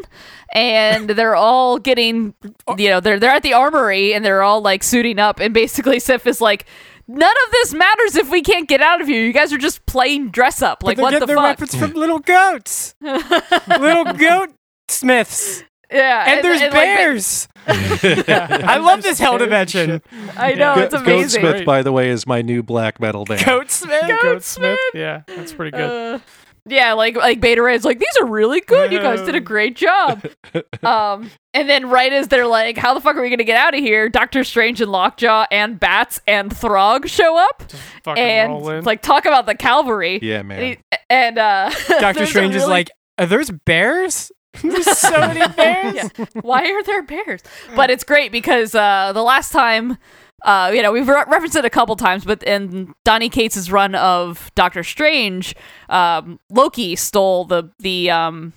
S4: and they're all getting
S5: Oh.
S4: you know they're they're at the armory and they're all like suiting up, and basically Sif is like. None of this matters if we can't get out of here. You guys are just playing dress up. Like
S5: but they
S4: what
S5: get
S4: the
S5: their
S4: fuck?
S5: weapons from little goats. little goat smiths.
S4: Yeah,
S5: And, there's
S4: and, like, ba-
S5: bears. I love this hell
S3: Bears and
S5: dimension.
S4: I know
S3: Go-
S4: Oh, it's
S2: Goat-
S4: amazing.
S2: Goatsmith, by the way, is my new black metal band.
S5: Goat smith.
S3: Goatsmith. Yeah, that's pretty good.
S4: Uh, yeah, like like Beta Ray's like these are really good. You guys
S5: Uh-huh.
S4: did a great job. um, and then right as they're like, how the fuck are we gonna get out of here? Doctor Strange and Lockjaw and Bats and Throg show up
S3: Fucking roll in.
S4: and like talk about the cavalry.
S2: Yeah, man.
S4: And, he- and, uh,
S5: Doctor
S4: there's a
S5: Strange is
S4: really-
S5: like, are there's bears? there's so many bears.
S4: Yeah. Why are there bears? But it's great because uh, the last time, uh, you know, we've re- referenced it a couple times, but in Donny Cates' run of Doctor Strange, um, Loki stole the the um,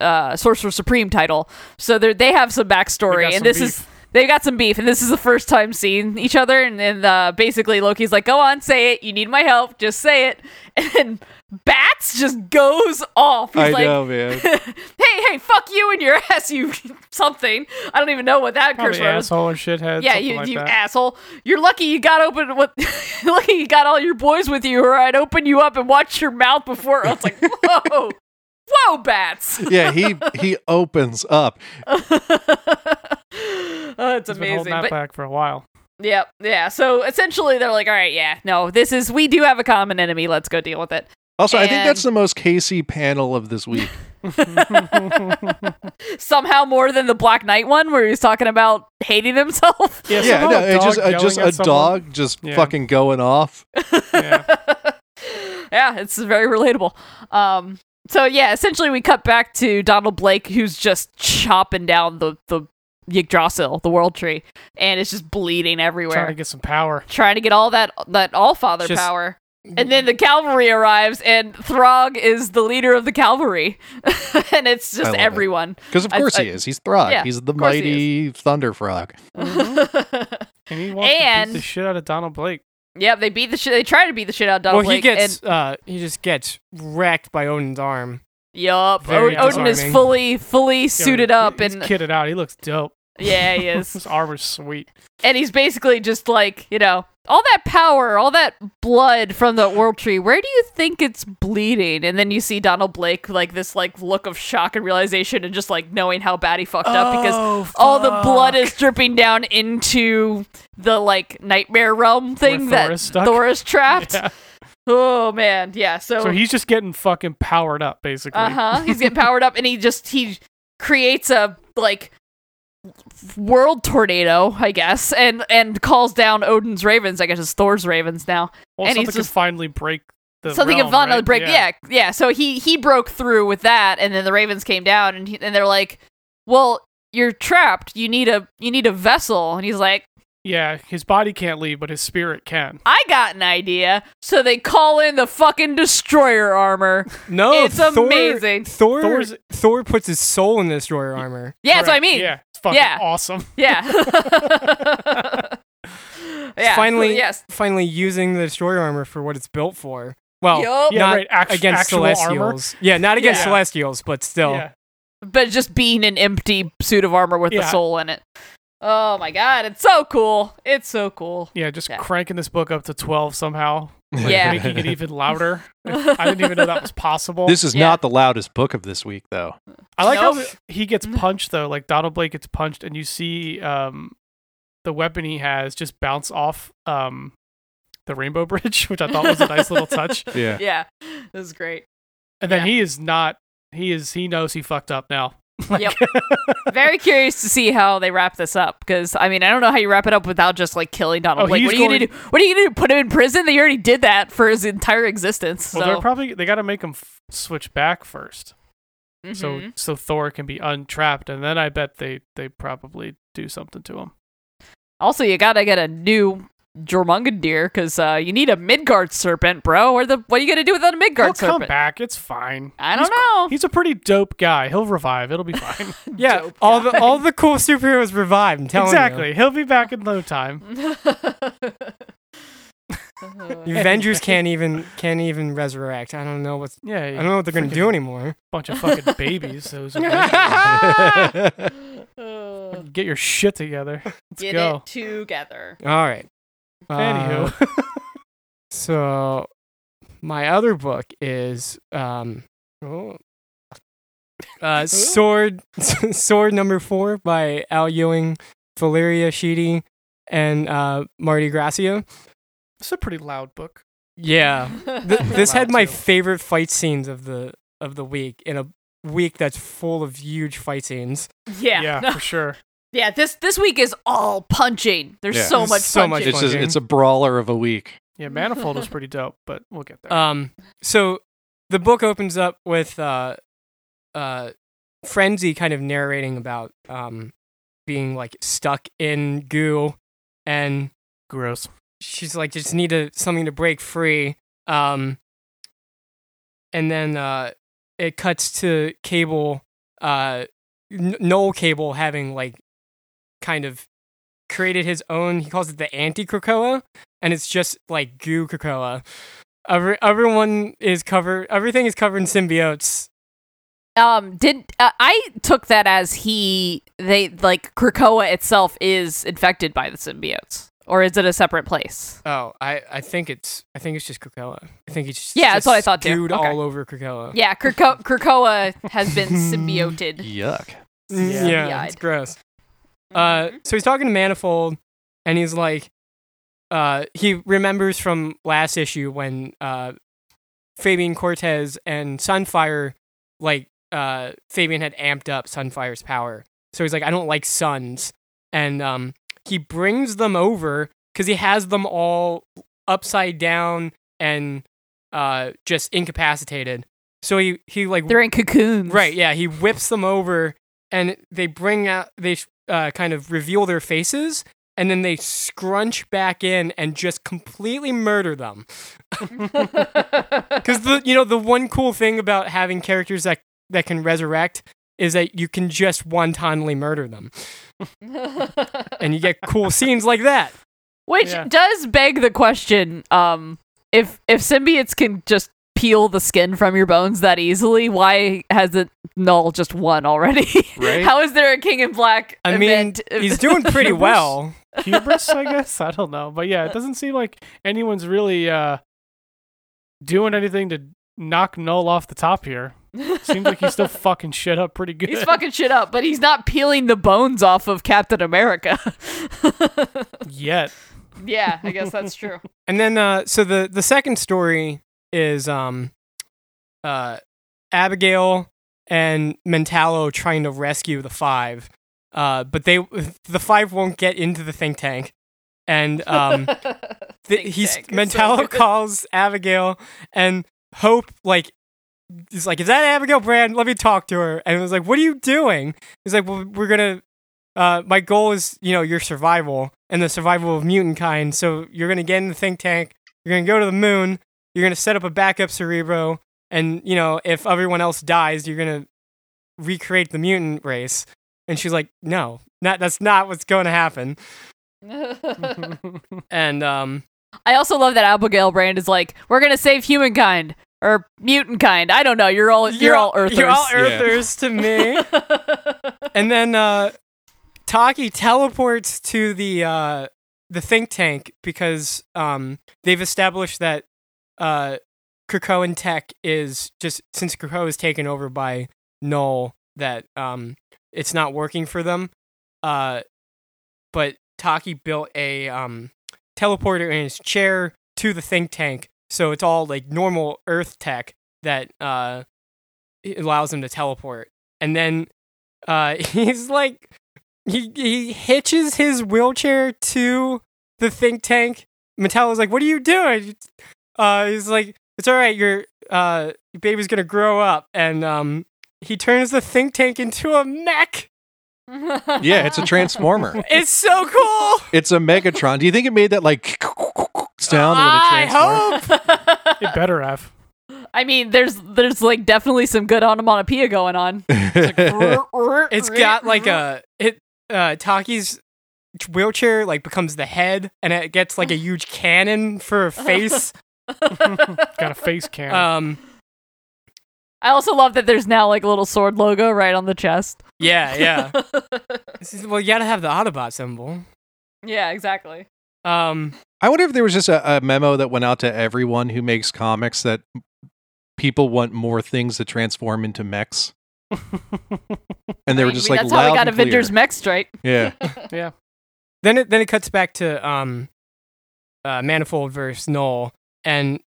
S4: uh, Sorcerer Supreme title, so there- they have some
S3: They
S4: backstory,
S3: got
S4: and
S3: some
S4: this
S3: beef.
S4: is they've got some beef, and this is the first time seeing each other. And then uh, basically Loki's like, "Go on, say it. You need my help. Just say it." And then Bats just goes off. He's
S2: I
S4: like,
S2: know, man.
S4: "Hey, hey, fuck you and your ass, you something." I don't even know what that
S3: Probably
S4: curse word was.
S3: asshole and shithead.
S4: Yeah,
S3: something
S4: you,
S3: like
S4: you
S3: that.
S4: asshole. You're lucky you got open with lucky you got all your boys with you, or I'd open you up and watch your mouth before. I was like, whoa, whoa, bats.
S2: yeah, he he opens up.
S4: oh, it's
S3: He's been holding
S4: amazing.
S3: that
S4: But
S3: back for a while.
S4: yep, yeah. So essentially, they're like, all right, yeah, no, this is we do have a common enemy. Let's go deal with it.
S2: Also, I think that's
S4: And-
S2: the most Casey panel of this week.
S4: Somehow more than the Black Knight one, where he was talking about hating himself.
S3: Yeah,
S2: yeah,
S3: somehow
S2: no,
S3: a
S2: it
S3: dog
S2: just uh,
S3: yelling
S2: just
S3: at
S2: a
S3: someone-
S2: dog just
S3: Yeah.
S2: fucking going off.
S3: Yeah.
S4: yeah, it's very relatable. Um, so yeah, essentially we cut back to Donald Blake, who's just chopping down the the Yggdrasil, the World Tree, and it's just bleeding everywhere,
S3: Trying
S4: trying
S3: to
S4: to get,
S3: get some power.
S4: all that that All Father
S3: Just-
S4: power. And then the cavalry arrives, and Throg is the leader of the cavalry, and it's
S2: I
S4: just
S2: love it.
S4: everyone.
S2: Because of
S4: I-
S2: course
S4: I-
S2: he is. He's Throg.
S4: yeah,
S2: He's the
S4: of course he
S2: mighty Thunder Frog.
S3: And he wants to
S4: And-
S3: beat the shit out of Donald Blake.
S4: yep, they beat the shit. They try to beat the shit out of Donald
S5: well,
S4: Blake.
S5: he gets uh, he just gets wrecked by Odin's arm.
S4: and, yup.
S5: very
S4: Odin, Odin is
S5: disarming.
S4: fully fully
S3: Yeah,
S4: suited
S3: he-
S4: up,
S3: he's
S4: and
S3: kitted out. He looks dope.
S4: yeah, he is.
S3: His armor's sweet.
S4: and he's basically just like you know all that power all that blood from the world tree where do you think it's bleeding and then you see donald blake like this like look of shock and realization and just like knowing how bad he fucked up because
S3: Oh,
S4: all the blood is dripping down into the like nightmare realm thing
S3: Thor
S4: that
S3: is stuck.
S4: thor is trapped
S3: Yeah.
S4: oh man yeah so,
S3: So he's just getting fucking powered up, basically.
S4: uh-huh he's getting powered up and he just he creates a like world tornado i guess and and calls down odin's ravens i guess it's thor's ravens now
S3: Well,
S4: And
S3: something
S4: he's
S3: can
S4: just-
S3: finally break the
S4: something
S3: realm,
S4: of Vanna
S3: right?
S4: break yeah. yeah so he he broke through with that and then the ravens came down and he, and they're like well you're trapped you need a you need a vessel and he's like
S3: Yeah, his body can't leave, but his spirit can.
S4: i got an idea so they call in the fucking destroyer armor
S5: No,
S4: It's
S5: Thor,
S4: amazing.
S5: Thor
S3: Thor's-
S5: Thor puts his soul in the destroyer armor.
S4: yeah that's what i
S3: Correct.
S4: mean
S3: Yeah, it's fucking
S4: Yeah.
S3: awesome.
S4: yeah, Yeah, so
S5: finally,
S4: yes
S5: finally using the destroyer armor for what it's built for. Well,
S4: Yup.
S3: Yeah,
S5: not
S3: right. act-
S5: against
S3: actual armor.
S5: Celestials. Yeah, not against
S3: Yeah.
S5: Celestials, but still.
S3: Yeah.
S4: but just being an empty suit of armor with a
S3: Yeah.
S4: soul in it. Oh my god, it's so cool. It's so cool.
S3: yeah, just
S4: Yeah. cranking
S3: cranking this book up to 12 somehow,
S4: Yeah.
S3: making it even louder. I didn't even know that was possible.
S2: This is
S4: Yeah.
S2: not the loudest book of this week, though.
S3: I like
S4: Nope. Mm-hmm.
S3: how he gets punched though. Like Donald Blake gets punched, and you see um, the weapon he has just bounce off um, the Rainbow Bridge, which I thought was a nice little touch.
S2: Yeah.
S4: Yeah. This is great.
S3: And then
S4: Yeah.
S3: he is not. He is. He knows he fucked up now.
S4: Yep. Very curious to see how they wrap this up because I mean I don't know how you wrap it up without just like killing Donald
S3: Oh,
S4: Blake.
S3: he's
S4: What are you gonna
S3: going-
S4: do? What are you gonna do? Put him in prison? They already did that for his entire existence.
S3: Well,
S4: so
S3: they're probably they got to make him f- switch back 1st so
S4: Mhm.
S3: so Thor can be untrapped, and then I bet they they probably do something to him.
S4: also you gotta get a new Jormungandir because uh, you need a Midgard serpent, bro. Where the what are you gonna do without a Midgard
S3: He'll come
S4: serpent? Oh.
S3: back. It's fine.
S4: I don't
S3: He's-
S4: know.
S3: He's a pretty dope guy. He'll revive. It'll be fine.
S5: Yeah,
S4: Dope
S5: all
S4: guy.
S5: the all the cool superheroes revived. I'm telling
S3: exactly. He'll be back in no time.
S4: Uh-huh.
S5: you. The Avengers can't even can't even resurrect. I don't know what's
S3: Yeah,
S5: I don't know what they're gonna do anymore.
S3: bunch of fucking babies. Those
S5: all
S4: Uh,
S3: get your shit together. Let's
S4: get
S3: go.
S4: it together.
S5: right. Uh,
S3: Anywho,
S5: So my other book is um
S3: Oh.
S5: oh, uh Sword Sword number 4 by Al Ewing, Valeria Sheedy and uh Marty Gracia.
S3: it's a pretty loud book.
S5: Yeah. Th- this
S3: Wow,
S5: had my
S3: too.
S5: favorite fight scenes of the of the week in a week that's full of huge fight scenes.
S4: yeah.
S3: yeah,
S4: no.
S3: for sure.
S4: Yeah, this this week is all punching. There's
S2: Yeah.
S4: so
S5: There's
S4: much
S5: so much
S2: It's
S4: punching.
S2: a,
S5: Fucking-
S2: it's a brawler of a week.
S3: Yeah, Manifold was pretty dope, but we'll get there.
S5: Um, so the book opens up with uh, uh, Frenzy kind of narrating about um, being like stuck in goo, and
S3: Gross.
S5: she's like just need a, something to break free. Um, and then uh, it cuts to Cable, uh, N- Noel Cable having like kind of created his own. He calls it the anti Krakoa, and it's just like goo Krakoa. Every, everyone is covered. Everything is covered in symbiotes.
S4: Um, did uh, I took that as he they like Krakoa itself is infected by the symbiotes, or is it a separate place?
S5: Oh, I, I think it's I think it's just Krakoa. I think it's just
S4: Yeah, that's what I
S5: just
S4: thought too.
S5: Dude,
S4: Okay.
S5: all over Krakoa.
S4: Yeah, Krako- Krakoa has been symbioted.
S2: Yuck.
S5: Yeah,
S4: Yeah.
S5: it's gross. Uh, so he's talking to Manifold, and he's like, uh, he remembers from last issue when uh, Fabian Cortez and Sunfire, like, uh, Fabian had amped up Sunfire's power. So he's like, I don't like suns, and um, he brings them over because he has them all upside down and uh, just incapacitated. So he he like
S4: They're in cocoons.
S5: Right, yeah, he whips them over and they bring out they uh, kind of reveal their faces and then they scrunch back in and just completely murder them. Cuz the you know the one cool thing about having characters that that can resurrect is that you can just wantonly murder them and you get cool scenes like that.
S4: Which
S3: Yeah.
S4: does beg the question: um, if if symbiotes can just peel the skin from your bones that easily, why hasn't Null just won already?
S2: Right?
S4: How is there a King in Black?
S5: I mean,
S4: event?
S5: he's doing pretty well.
S3: hubris, I guess. I don't know, but yeah, it doesn't seem like anyone's really uh, doing anything to knock Null off the top here. Seems like he's still fucking shit up pretty good.
S4: He's fucking shit up, but he's not peeling the bones off of Captain America.
S3: yet.
S4: yeah, I guess that's true.
S5: And then uh so the the second story is um uh Abigail and Mentallo trying to rescue the five. Uh but they the five won't get into the think tank. And um th-
S4: Think
S5: he's
S4: tank is so
S5: Mentallo
S4: good.
S5: calls Abigail and Hope like is like, Is that Abigail Brand? Let me talk to her. And it was like, What are you doing? He's like, Well, we're gonna uh, my goal is, you know, your survival and the survival of mutant kind. So you're gonna get in the think tank. You're gonna go to the moon. You're gonna set up a backup Cerebro, and you know, if everyone else dies, you're gonna recreate the mutant race. And she's like, no, not, that's not what's going to happen. And um,
S4: I also love that Abigail Brand is like, we're gonna save humankind or mutant kind. I don't know. You're all you're, all Earthers.
S5: You're all
S2: Yeah.
S5: Earthers to me. and then uh, Taki teleports to the uh, the think tank because um, they've established that uh, Krakoan tech is just since Krakoa is taken over by Null that um, it's not working for them. Uh, but Taki built a um, teleporter in his chair to the think tank, so it's all like normal Earth tech that uh, it allows him to teleport. And then uh, he's like, he he hitches his wheelchair to the think tank. Metallo's like, "What are you doing?" Uh, he's like, "It's all right. Your uh, your baby's gonna grow up." And um, he turns the think tank into a mech.
S2: Yeah, it's a transformer.
S5: It's so cool.
S2: It's a Megatron. Do you think it made that like sound when it
S5: I
S2: transformed?
S5: hope.
S3: It better have.
S4: I mean, there's there's like definitely some good onomatopoeia going on.
S5: It's got like a it uh Taki's wheelchair like becomes the head and it gets like a huge cannon for a face.
S3: Got a face cam.
S5: Um
S4: I also love that there's now like a little sword logo right on the chest.
S5: yeah, yeah. This is- well, you got to have the Autobot symbol.
S4: Yeah, exactly.
S5: Um
S2: I wonder if there was just a, a memo that went out to everyone who makes comics that people want more things to transform into mechs. and they were just like
S4: that's
S2: loud
S4: how we got
S2: and clear.
S4: Avengers Mech Strike.
S2: Yeah.
S5: then it then it cuts back to um uh Manifold versus Null and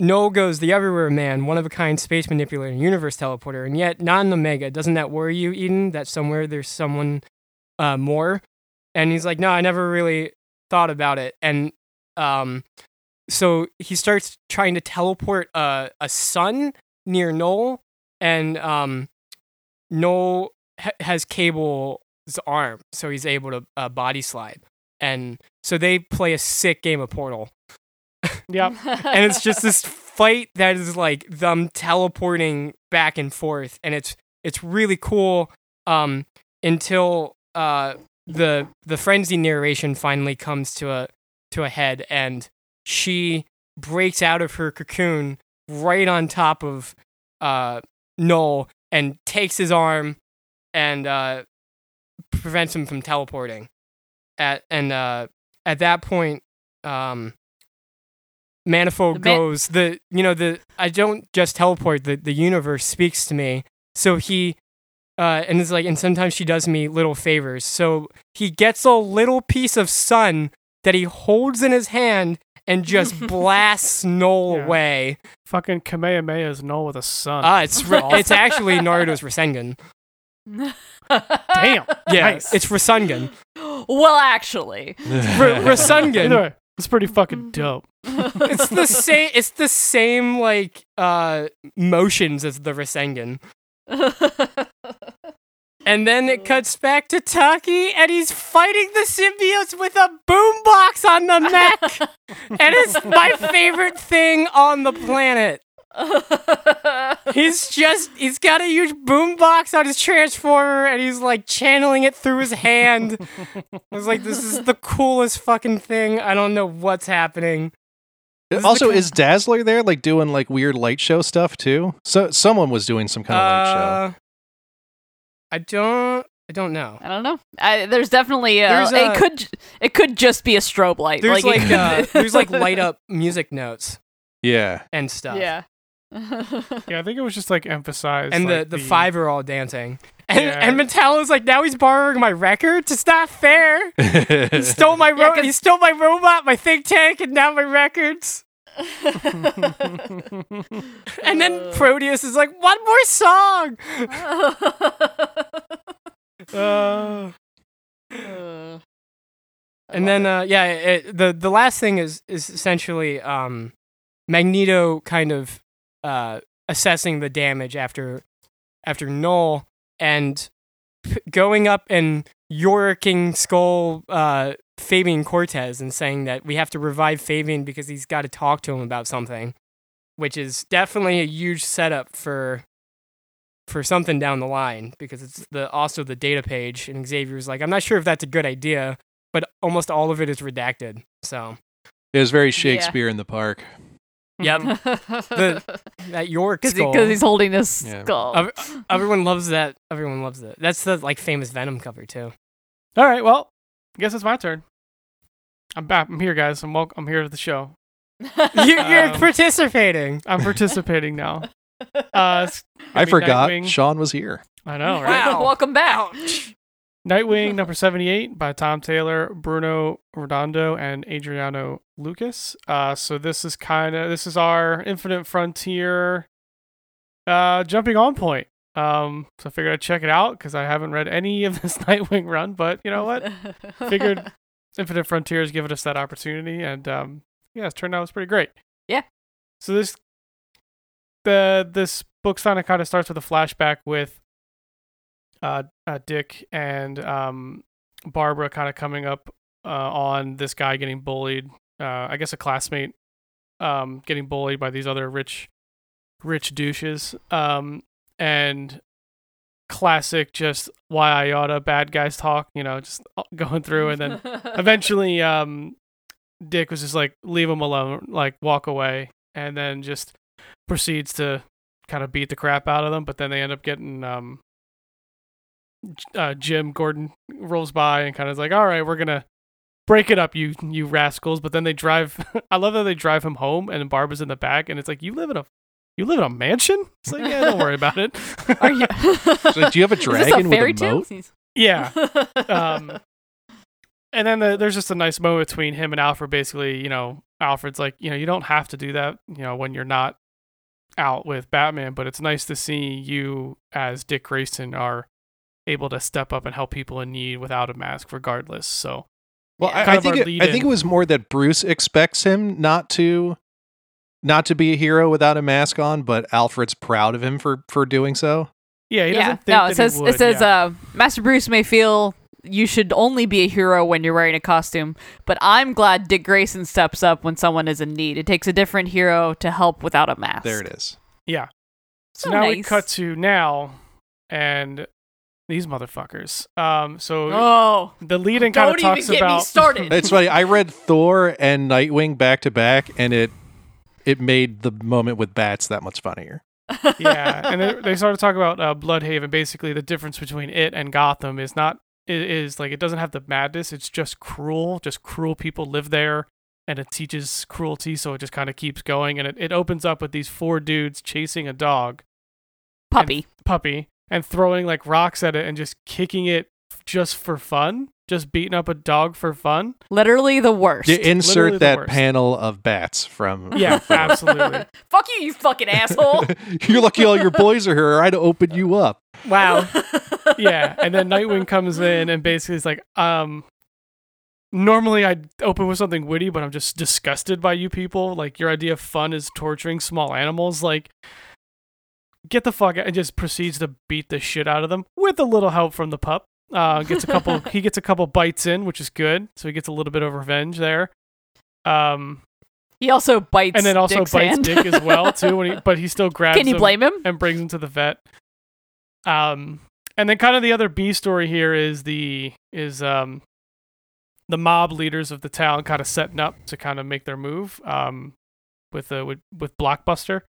S5: Null goes the everywhere man, one of a kind space manipulator, and universe teleporter, and yet not an omega. Doesn't that worry you, Eden? That somewhere there's someone uh more? And he's like, No, I never really thought about it. And um so he starts trying to teleport a a sun near Null and um Null ha- has cable his arm, so he's able to uh, body slide. And so they play a sick game of Portal,
S3: yep.
S5: and it's just this fight that is like them teleporting back and forth, and it's it's really cool. Um, until uh, the the frenzy narration finally comes to a to a head and she breaks out of her cocoon right on top of uh Noel and takes his arm and uh prevents him from teleporting. At and uh at that point um Manifold
S4: The man-
S5: goes the you know the I don't just teleport the the universe speaks to me. So he uh, and it's like, and sometimes she does me little favors. So he gets a little piece of sun that he holds in his hand and just blasts Noel
S3: Yeah.
S5: away.
S3: Fucking Kamehameha is null with a sun.
S5: Uh, it's re- it's actually Naruto's Rasengan.
S3: Damn.
S5: Yeah,
S3: Nice.
S5: it's Rasengan.
S4: well, actually,
S5: R-
S3: Either
S5: Rasengan.
S3: way, it's pretty fucking dope.
S5: It's the same. It's the same like uh, motions as the Rasengan. And then it cuts back to Taki, and he's fighting the symbiotes with a boombox on the neck. and it's my favorite thing on the planet. He's just he's got a huge boombox on his transformer and he's like channeling it through his hand. I was like, this is the coolest fucking thing. I don't know what's happening. This is the
S2: also,
S5: kind-
S2: is Dazzler there, like doing like weird light show stuff too? So someone was doing some kind of light
S5: Uh, I don't I don't know.
S4: I don't know. I, there's definitely uh
S5: There's
S4: it
S5: a-
S4: could it could just be a strobe light.
S5: There's
S4: like,
S5: like,
S4: it could-
S5: uh, there's like light up music notes
S2: show. Yeah,
S5: and stuff.
S4: yeah.
S3: Yeah, I think it was just like emphasized.
S5: and
S3: like,
S5: the, the five are all dancing. And
S3: Yeah.
S5: and Metallo's like, now he's borrowing my records. It's not fair. He stole my ro-
S4: Yeah, 'cause-
S5: he stole my robot, my think tank, and now my records. And
S4: Uh.
S5: then Proteus is like, one more song. Uh,
S4: Uh, I love
S5: and then
S4: it.
S5: uh, yeah, it, the the last thing is is essentially um, Magneto kind of uh, assessing the damage after after Null and p- going up and Yoriking Skull uh, Fabian Cortez and saying that we have to revive Fabian because he's got to talk to him about something, which is definitely a huge setup for for something down the line because it's the also the data page and Xavier's like I'm not sure if that's a good idea, but almost all of it is redacted. So
S2: it was very Shakespeare in the Park.
S4: Mm-hmm.
S5: yep, the- that York
S4: Because
S5: skull.
S4: he's holding his
S2: Yeah.
S4: skull.
S5: Ev- everyone loves that. Everyone loves that. That's the like famous Venom cover too.
S3: All right, well, I guess it's my turn. I'm back. I'm here, guys. I'm welcome. I'm here at the show.
S5: You, you're
S3: Um,
S5: participating.
S3: I'm participating now. Uh, it's gonna
S2: I
S3: be
S2: forgot
S3: Nightwing.
S2: Sean was here.
S3: I know, right?
S5: Wow.
S4: Welcome back.
S3: Nightwing number 78 by Tom Taylor, Bruno Redondo, and Adriano Lucas. Uh, so this is kind of this is our Infinite Frontier uh, jumping on point. Um, so I figured I'd check it out because I haven't read any of this Nightwing run, but you know what? Figured Infinite Frontiers giving us that opportunity, and um, yeah, it's turned out it's pretty great.
S4: Yeah.
S3: So this the this book kind of kind of starts with a flashback with uh, uh Dick and um Barbara kind of coming up uh, on this guy getting bullied. Uh, I guess a classmate um getting bullied by these other rich rich douches. Um and classic just why I oughta bad guys talk, you know, just going through and then eventually um dick was just like leave him alone like walk away and then just proceeds to kind of beat the crap out of them but then they end up getting um J- uh, jim gordon rolls by and kind of is like all right we're gonna break it up you you rascals but then they drive i love that they drive him home and barbara's in the back and it's like you live in a you live in a mansion it's like yeah don't worry about it
S4: Are you?
S2: So do you have a
S4: Is this
S2: dragon with a
S4: fairy tale?
S3: yeah um, and then the, there's just a nice moment between him and Alfred. Basically, you know, Alfred's like, you know, you don't have to do that, you know, when you're not out with Batman. But it's nice to see you as Dick Grayson are able to step up and help people in need without a mask, regardless. So
S2: Well,
S4: Yeah.
S2: I, I
S3: Kind of
S2: think
S3: our
S2: it, I
S3: lead-in.
S2: think it was more that Bruce expects him not to not to be a hero without a mask on, but Alfred's proud of him for for doing so.
S3: yeah, he
S4: yeah.
S3: doesn't think
S4: No,
S3: that
S4: it says
S3: he would.
S4: it says
S3: yeah.
S4: uh, Master Bruce may feel you should only be a hero when you're wearing a costume, but I'm glad Dick Grayson steps up when someone is in need. It takes a different hero to help without a mask.
S2: There it is.
S3: yeah. So
S4: So
S3: now we
S4: nice.
S3: cut to now, and These motherfuckers. Um, so
S4: Oh,
S3: the leading kind of
S4: don't even
S3: talks
S4: get me
S3: about
S4: started.
S2: It's funny. I read Thor and Nightwing back to back, and it it made the moment with bats that much funnier.
S3: yeah, and they, they started talking about uh, Bloodhaven. Basically, the difference between it and Gotham is not it is like it doesn't have the madness. It's just cruel. Just cruel people live there, and it teaches cruelty. So it just kind of keeps going, and it, it opens up with these four dudes chasing a dog
S4: Puppy.
S3: puppy and throwing like rocks at it and just kicking it just for fun, just beating up a dog for fun.
S4: Literally the worst.
S2: You
S3: literally the
S2: insert that
S3: worst.
S2: panel of bats from.
S3: Yeah, absolutely.
S4: Fuck you, you fucking asshole.
S2: You're lucky all your boys are here, or I'd open you up.
S5: Wow.
S3: yeah, and then Nightwing comes in and basically is like, um, normally I'd open with something witty, but I'm just disgusted by you people. Like your idea of fun is torturing small animals. Like, get the fuck out and just proceeds to beat the shit out of them with a little help from the pup. Uh, gets a couple. he gets a couple bites in, which is good. So he gets a little bit of revenge there. Um,
S4: He also bites.
S3: and then also
S4: Dick's
S3: bites
S4: hand.
S3: Dick as well too. When he, but he still grabs.
S4: Can you
S3: him
S4: blame him?
S3: and brings him to the vet. Um, and then kind of the other B story here is the is um the mob leaders of the town kind of setting up to kind of make their move um with the with, with blockbuster.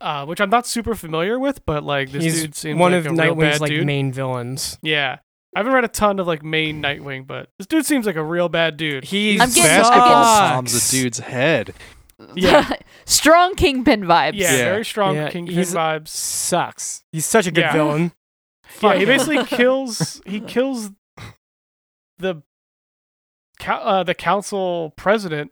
S3: Uh, which I'm not super familiar with, but like this
S5: He's
S3: dude seems
S5: one
S3: like
S5: of
S3: a real
S5: Nightwing's
S3: bad
S5: like
S3: dude.
S5: main villains.
S3: yeah, I haven't read a ton of like main Nightwing, but this dude seems like a real bad dude.
S5: He's
S4: I'm getting-
S2: Basketball
S4: Sucks.
S2: slams a dude's head.
S3: Yeah.
S4: Strong kingpin vibes.
S3: Yeah,
S2: Yeah.
S3: very strong
S5: Yeah,
S3: Kingpin
S5: he's-
S3: vibes.
S5: sucks. He's such a good
S3: Yeah.
S5: villain.
S3: Yeah, he
S5: Fuck.
S3: basically kills. He kills the cou- uh, the council president,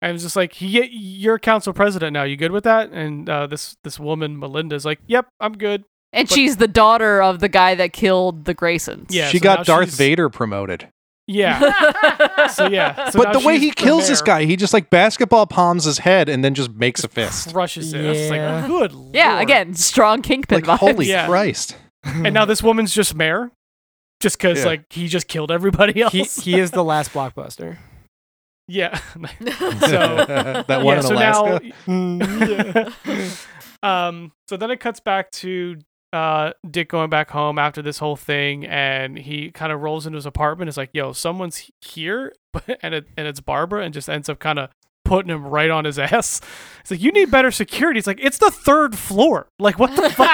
S3: and was just like, "He, you're council president now. You good with that?" And uh, this this woman Melinda's like, "Yep, I'm good."
S4: And
S3: But-
S4: she's the daughter of the guy that killed the Graysons.
S3: Yeah,
S2: she
S3: so now
S2: got Darth
S3: she's-
S2: Vader promoted.
S3: Yeah. so yeah. So
S2: but
S3: now
S2: the way
S3: she's
S2: he kills this
S3: mayor,
S2: guy, he just like basketball palms his head and then just makes a fist.
S3: crushes it. It's just
S5: Yeah.
S3: like, good.
S4: Yeah,
S3: lord."
S4: again, strong kingpin
S2: Like
S4: vibes.
S2: holy
S3: Yeah.
S2: Christ!
S3: And now this woman's just mayor, just because
S2: Yeah.
S3: like he just killed everybody else.
S5: he, he is the last blockbuster.
S3: yeah.
S2: that one
S3: yeah.
S2: in
S3: so
S2: Alaska.
S3: now
S5: Yeah.
S3: um, so then it cuts back to uh, Dick going back home after this whole thing, and he kind of rolls into his apartment. It's like, yo, someone's he- here, but- and it, and it's Barbara, and just ends up kind of putting him right on his ass. It's like, you need better security. It's like, it's the third floor. Like, what the fuck?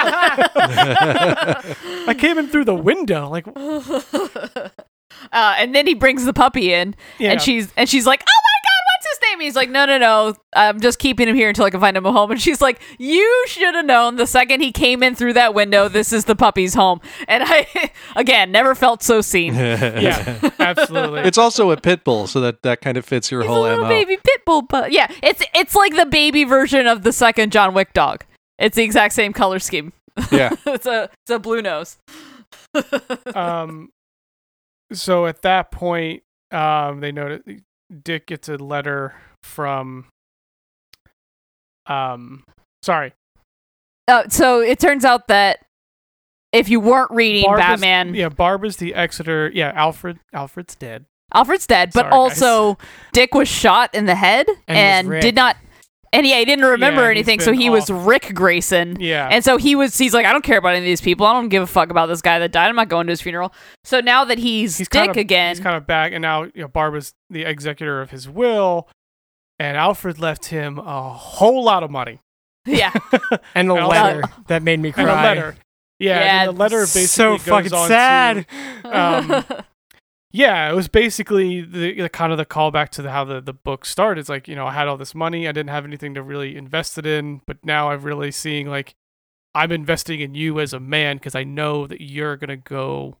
S3: I came in through the window. Like,
S4: uh, and then he brings the puppy in,
S3: yeah.
S4: and she's and she's like, "Oh my god, what's his name?" He's like, "No, no, no, I'm just keeping him here until I can find him a home." And she's like, "You should have known the second he came in through that window, this is the puppy's home." And I, again, never felt so seen.
S3: yeah, absolutely.
S2: It's also a pit bull, so that that kind of fits your
S4: He's a
S2: whole
S4: little
S2: mo.
S4: baby pit bull, but yeah, it's it's like the baby version of the second John Wick dog. It's the exact same color scheme.
S2: Yeah,
S4: it's a it's a blue nose. Uh,
S3: um so at that point um they notice dick gets a letter from um sorry
S4: Uh, so it turns out that if you weren't reading
S3: Barb is-
S4: Batman,
S3: yeah barbara's the exeter yeah alfred alfred's dead
S4: Alfred's dead, but
S3: Sorry, guys.
S4: also Dick was shot in the head
S5: And was
S4: and,
S5: Rick.
S4: did not. And yeah, he didn't remember
S3: Yeah, he's
S4: anything, so
S3: been
S4: he was
S3: off.
S4: Rick Grayson.
S3: yeah
S4: And so he was. He's like, I don't care about any of these people. I don't give a fuck about this guy that died. I'm not going to his funeral. So now that he's, Dick
S3: kinda,
S4: again,
S3: he's kind of back and now you know barbara's the executor of his will and alfred left him a whole lot of money
S4: yeah,
S5: And a
S3: And a
S5: letter that made me cry.
S3: and a letter yeah, and
S4: Yeah,
S3: then the letter basically
S5: so
S3: goes
S5: fucking
S3: on to-
S5: sad.
S3: Um, Yeah, it was basically the, the kind of the callback to the, how the, the book started. It's like, you know, I had all this money, I didn't have anything to really invest it in, but now I'm really seeing like I'm investing in you as a man because I know that you're gonna go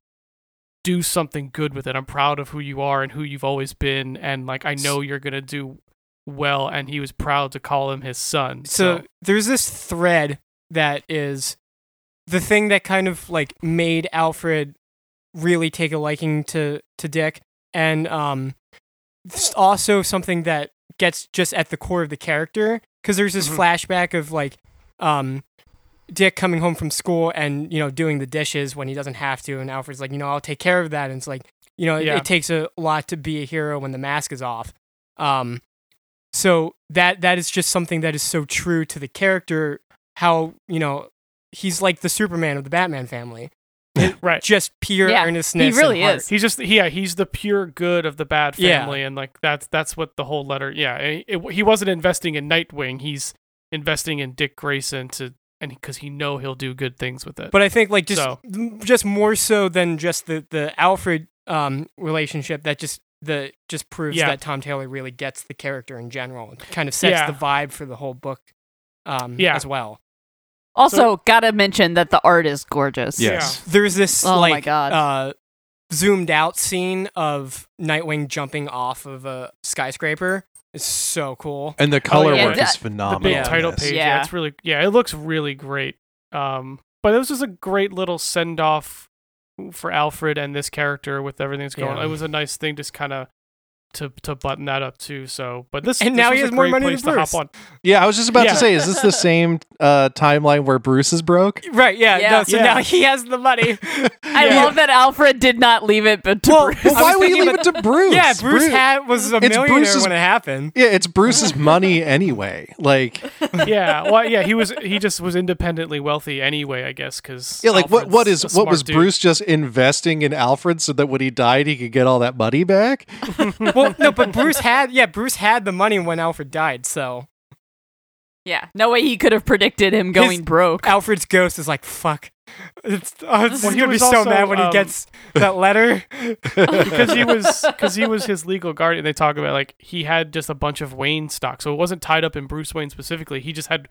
S3: do something good with it. I'm proud of who you are and who you've always been, and like I know you're gonna do well. And he was proud to call him his son.
S5: so there's this thread that is the thing that kind of like made Alfred really take a liking to to Dick, and um, s- also something that gets just at the core of the character because there's this
S3: Mhm.
S5: flashback of like um. Dick coming home from school and you know doing the dishes when he doesn't have to, and Alfred's like, you know, I'll take care of that. And it's like, you know, it-
S3: Yeah.
S5: it takes a lot to be a hero when the mask is off. Um, so that that is just something that is so true to the character how you know he's like the superman of the batman family
S3: right.
S5: Just pure
S4: Yeah, he
S5: earnestness. and
S4: really
S5: heart.
S4: is.
S3: He's just he- yeah, he's the pure good of the bad
S5: Yeah.
S3: family, and like that's that's what the whole letter. Yeah, it- it- he wasn't investing in Nightwing. He's investing in Dick Grayson to and because he know he'll do good things with it.
S5: But I think like just
S3: So-
S5: m- just more so than just the the Alfred um relationship that just the just proves
S3: Yeah.
S5: that Tom Taylor really gets the character in general and kind of sets
S3: Yeah.
S5: the vibe for the whole book um
S3: Yeah.
S5: as well.
S4: Also, gotta mention that the art is gorgeous.
S3: Yeah.
S2: Yes.
S5: There's this
S4: Oh my
S5: like
S4: God.
S5: uh zoomed out scene of Nightwing jumping off of a skyscraper. It's so cool.
S2: And the color
S3: Oh, yeah,
S2: work
S4: the-
S2: is
S3: the
S2: phenomenal.
S3: big
S2: in
S3: title
S2: this.
S3: page, yeah.
S4: Yeah.
S3: it's really yeah, it looks really great. Um, but this was a great little send off for Alfred and this character with everything that's going. on.
S5: Yeah.
S3: It was a nice thing, just kind of. To, to button that up too, so but this
S5: And
S3: this
S5: now
S3: was
S5: he
S3: a
S5: has more
S3: great
S5: money
S3: place
S5: than
S3: to hop
S5: Bruce.
S3: on.
S2: Yeah, I was just about
S3: Yeah.
S2: to say, is this the same uh, timeline where Bruce is broke?
S5: Right, yeah.
S4: Yeah.
S5: No, so
S3: Yeah.
S5: now he has the money.
S4: I
S5: Yeah.
S4: love that Alfred did not leave it, but to
S5: Well,
S4: Bruce.
S2: Well,
S5: I
S2: why
S5: was
S2: would you
S5: thinking
S2: leave it to Bruce?
S5: yeah, Bruce had was a
S2: It's
S5: millionaire
S2: Bruce's-
S5: when it happened.
S2: yeah, it's Bruce's money anyway. Like,
S3: yeah, well, yeah, he was he just was independently wealthy anyway, I guess, because
S2: yeah, like what what is what was Bruce just investing in Alfred so that when he died he could get all that money back?
S5: well, no, but Bruce had yeah, Bruce had the money when Alfred died. So
S4: yeah, no way he could have predicted him going broke.
S5: Alfred's ghost is like fuck. It's, oh, it's
S3: Well, he
S5: gonna be
S3: was
S5: so
S3: also,
S5: mad when
S3: um,
S5: he gets that letter.
S3: because he was because he was his legal guardian. They talk about like he had just a bunch of Wayne stock, so it wasn't tied up in Bruce Wayne specifically. He just had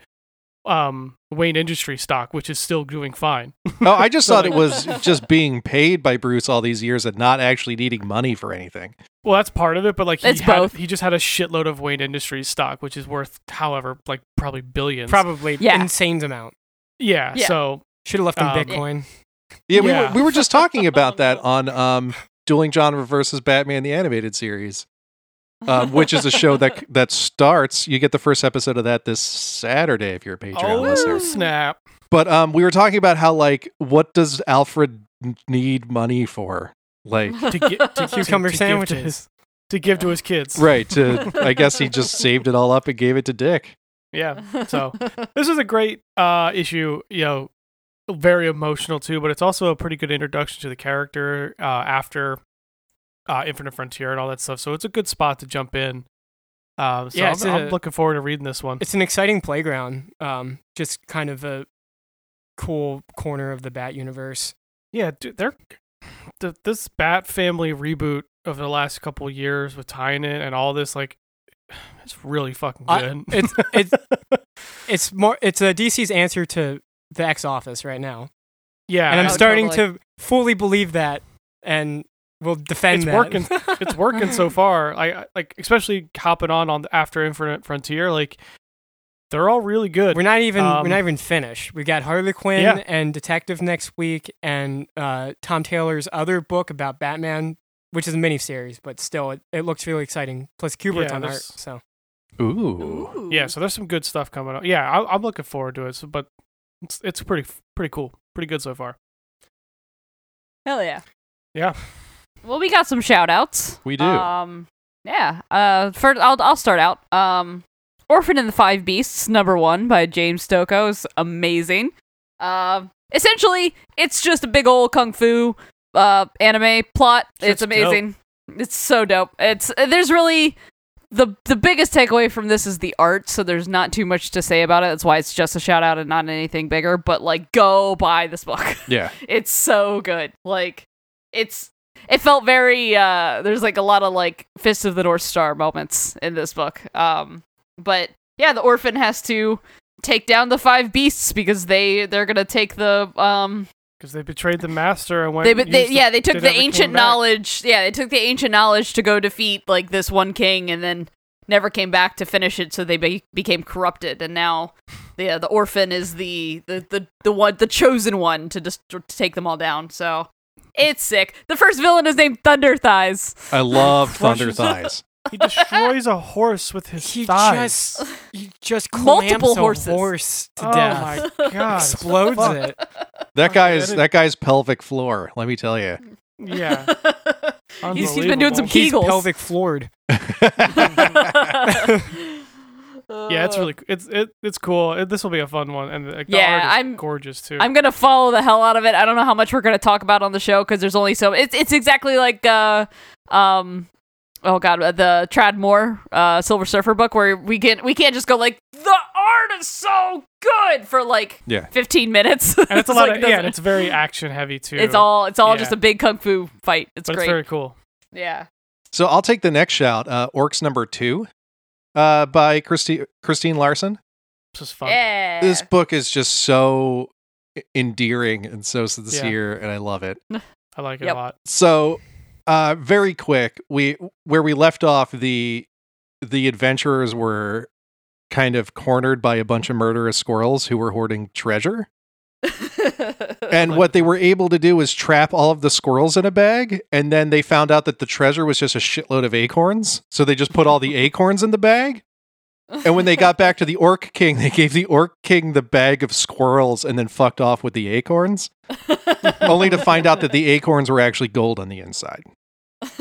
S3: um Wayne Industry stock, which is still doing fine.
S2: Oh, I just thought it was just being paid by Bruce all these years and not actually needing money for anything.
S3: Well, that's part of it, but like he
S4: It's
S3: had,
S4: both.
S3: he just had a shitload of Wayne Industries stock, which is worth however like probably billions.
S5: Probably
S4: Yeah.
S5: insane amount.
S3: yeah,
S4: Yeah.
S3: So
S5: Should have left him
S3: Um,
S5: Bitcoin.
S2: Yeah, we
S3: Yeah.
S2: Were, we were just talking about that on um, Dueling Genre versus Batman the animated series, um, which is a show that that starts. You get the first episode of that this Saturday if you're a Patreon
S3: oh
S2: listener.
S3: snap,
S2: But um, we were talking about how like what does Alfred n- need money for? Like
S3: to get to to, to give
S5: Cucumber
S3: to
S5: sandwiches.
S3: his, to give to his kids.
S2: right to I guess he just saved it all up and gave it to Dick.
S3: Yeah. So this is a great uh, issue, you know, very emotional too, but it's also a pretty good introduction to the character uh, after uh, Infinite Frontier and all that stuff. So it's a good spot to jump in. Um, so
S5: Yeah,
S3: I'm-
S5: it's
S3: I'm,
S5: a-
S3: looking forward to reading this one.
S5: It's an exciting playground. Um, just kind of a cool corner of the Bat universe.
S3: Yeah, dude, they're th- this Bat Family reboot over the last couple of years with tying it and all this like. It's really fucking
S5: I-
S3: good.
S5: it's- it's- It's more. It's a DC's answer to the X Office right now,
S3: yeah,
S5: and I'm
S4: Oh,
S5: starting
S4: totally.
S5: to fully believe that, and will defend
S3: It's
S5: that.
S3: working. it's working so far. I I- like especially hopping on on the after Infinite Frontier. Like they're all really good.
S5: We're not even
S3: Um,
S5: we're not even finished. We got Harley Quinn
S3: Yeah.
S5: and Detective next week, and uh, Tom Taylor's other book about Batman, which is a miniseries, but still, it, it looks really exciting. Plus Kubert's
S3: Yeah,
S5: on art,
S3: there's-
S5: so
S2: Ooh.
S3: yeah, so there's some good stuff coming up. Yeah, I, I'm looking forward to it. So, but it's it's pretty pretty cool, pretty good so far.
S4: Hell yeah.
S3: Yeah.
S4: Well, we got some shout outs.
S2: We do.
S4: Um, yeah. Uh, first, I'll, I'll start out. Um, Orphan and the Five Beasts, number one by James Stocco is amazing. Um, essentially, it's just a big old kung fu uh, anime plot.
S3: Shit's
S4: it's amazing. It's so dope. It's uh, there's really the the biggest takeaway from this is the art. So there's not too much to say about it. That's why it's just a shout out and not anything bigger. But like, go buy this book.
S2: Yeah.
S4: it's so good like it's it felt very uh there's like a lot of like fist of the north star moments in this book um but yeah the orphan has to take down the five beasts because they they're gonna take the um
S3: Because they betrayed the master and went.
S4: they,
S3: and
S4: they
S3: used
S4: yeah they took
S3: they
S4: the
S3: never came
S4: ancient
S3: back.
S4: knowledge yeah they took the ancient knowledge to go defeat like this one king and then never came back to finish it so they be- became corrupted and now the the orphan is the the the, the one the chosen one to just to take them all down so it's sick the first villain is named thunder thighs
S2: I love Thunder
S3: Flushes-
S2: Thighs.
S3: He destroys a horse with his
S5: he
S3: thighs.
S5: just he just clamps
S4: Multiple
S5: a
S4: horses.
S5: horse to
S3: oh
S5: death,
S3: my god!
S5: explodes
S3: Fuck.
S5: it.
S2: That guy is
S3: that is-
S2: that guy's pelvic floor. Let me tell you.
S3: Yeah,
S4: He's- he's been doing some
S3: unbelievable.
S4: Kegels.
S5: He's pelvic floored.
S3: Yeah, it's really it's it, it's cool. It, this will be a fun one, and like, the
S4: Yeah,
S3: art is
S4: I'm-
S3: gorgeous too.
S4: I'm gonna follow the hell out of it. I don't know how much we're gonna talk about on the show because there's only so. It's it's exactly like uh, um, oh god, uh, the Trad Moore uh Silver Surfer book where we can we can't just go like the art is so good for like
S2: Yeah.
S4: 15 minutes.
S3: and it's a lot of
S4: like,
S3: yeah,
S4: doesn't-
S3: and it's very action heavy too.
S4: it's all it's all
S3: yeah.
S4: just a big kung fu fight. It's
S3: but
S4: great.
S3: it's very cool.
S4: yeah.
S2: So I'll take the next shout. Uh, Orcs number two, uh, by Christi- Christine Larson.
S3: It's just fun.
S4: Yeah.
S2: this book is just so e- endearing and so sincere and i love it
S3: I like it
S4: Yep.
S3: a lot.
S2: so uh very quick we where we left off the the adventurers were kind of cornered by a bunch of murderous squirrels who were hoarding treasure and what they were able to do was trap all of the squirrels in a bag and then they found out that the treasure was just a shitload of acorns so they just put all the acorns in the bag and when they got back to the orc king they gave the orc king the bag of squirrels and then fucked off with the acorns only to find out that the acorns were actually gold on the inside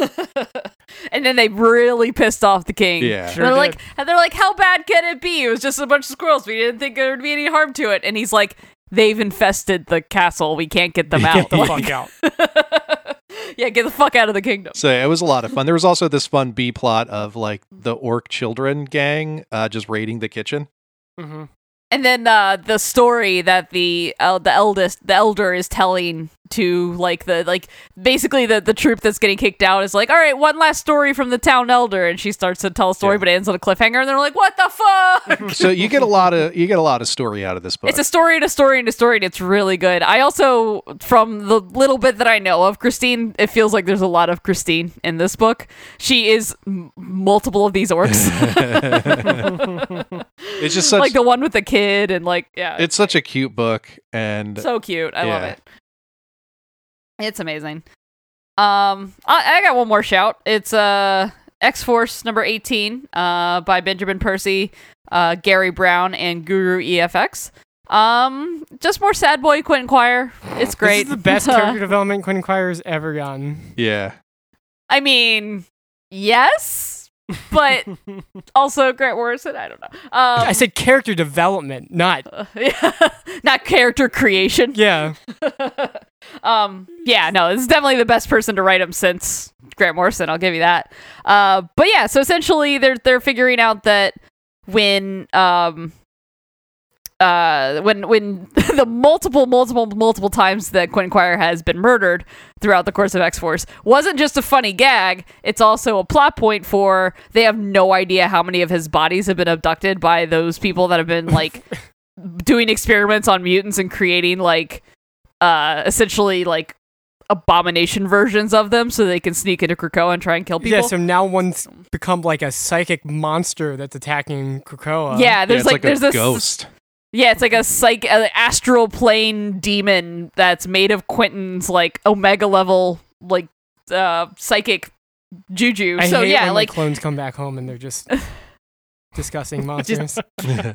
S4: and then they really pissed off the king.
S2: yeah
S3: Sure
S4: they're
S3: did.
S4: like, and they're like, how bad can it be? It was just a bunch of squirrels. We didn't think there would be any harm to it. And he's like, they've infested the castle. We can't get them out.
S3: Get the
S4: Like-
S3: fuck out.
S4: yeah, get the fuck out of the kingdom.
S2: so it was a lot of fun there was also this fun b plot of like the orc children gang uh, just raiding the kitchen
S3: hmm
S4: And then uh, the story that the uh, the eldest, the elder, is telling to like the like basically the the troop that's getting kicked out is like, all right, one last story from the town elder, and she starts to tell a story,
S2: Yeah.
S4: but it ends on a cliffhanger, and they're like, what the fuck?
S2: so you get a lot of you get a lot of story out of this book
S4: It's a story and a story and a story, and it's really good. I also, from the little bit that I know of Christine, it feels like there's a lot of Christine in this book. She is m- multiple of these orcs,
S2: it's just such
S4: like the one with the kid, and like yeah,
S2: it's such a cute book and
S4: so cute. I love
S2: Yeah.
S4: it. It's amazing. Um, I, I got one more shout. It's uh X Force number eighteen, uh, by Benjamin Percy, uh, Gary Brown, and Guru EFX. Um, just more sad boy Quentin Quire. It's great.
S5: This is the best
S4: Uh,
S5: character development Quinn Quire has ever gotten.
S2: yeah
S4: I mean, yes, but
S3: Mm-hmm.
S4: also Grant Morrison. I don't know. Um,
S5: I said character development, not
S4: yeah, not character creation.
S5: yeah.
S4: um, yeah, no, this is definitely the best person to write him since Grant Morrison. I'll give you that. Uh, but yeah, so essentially they're they're figuring out that when um uh when when the multiple multiple multiple times that Quentin Quire has been murdered throughout the course of X Force wasn't just a funny gag. It's also a plot point for they have no idea how many of his bodies have been abducted by those people that have been like doing experiments on mutants and creating like uh essentially like abomination versions of them so they can sneak into Krakoa and try and kill people.
S5: Yeah, so now one's become like a psychic monster that's attacking Krakoa.
S4: Yeah,
S2: Yeah,
S4: there's
S2: it's
S4: like,
S2: a
S4: there's this
S2: ghost
S4: Yeah, it's like a psych uh, astral plane demon that's made of Quentin's like omega level like uh psychic juju.
S5: I
S4: so
S5: hate
S4: yeah,
S5: when
S4: like
S5: the clones come back home and they're just discussing monsters.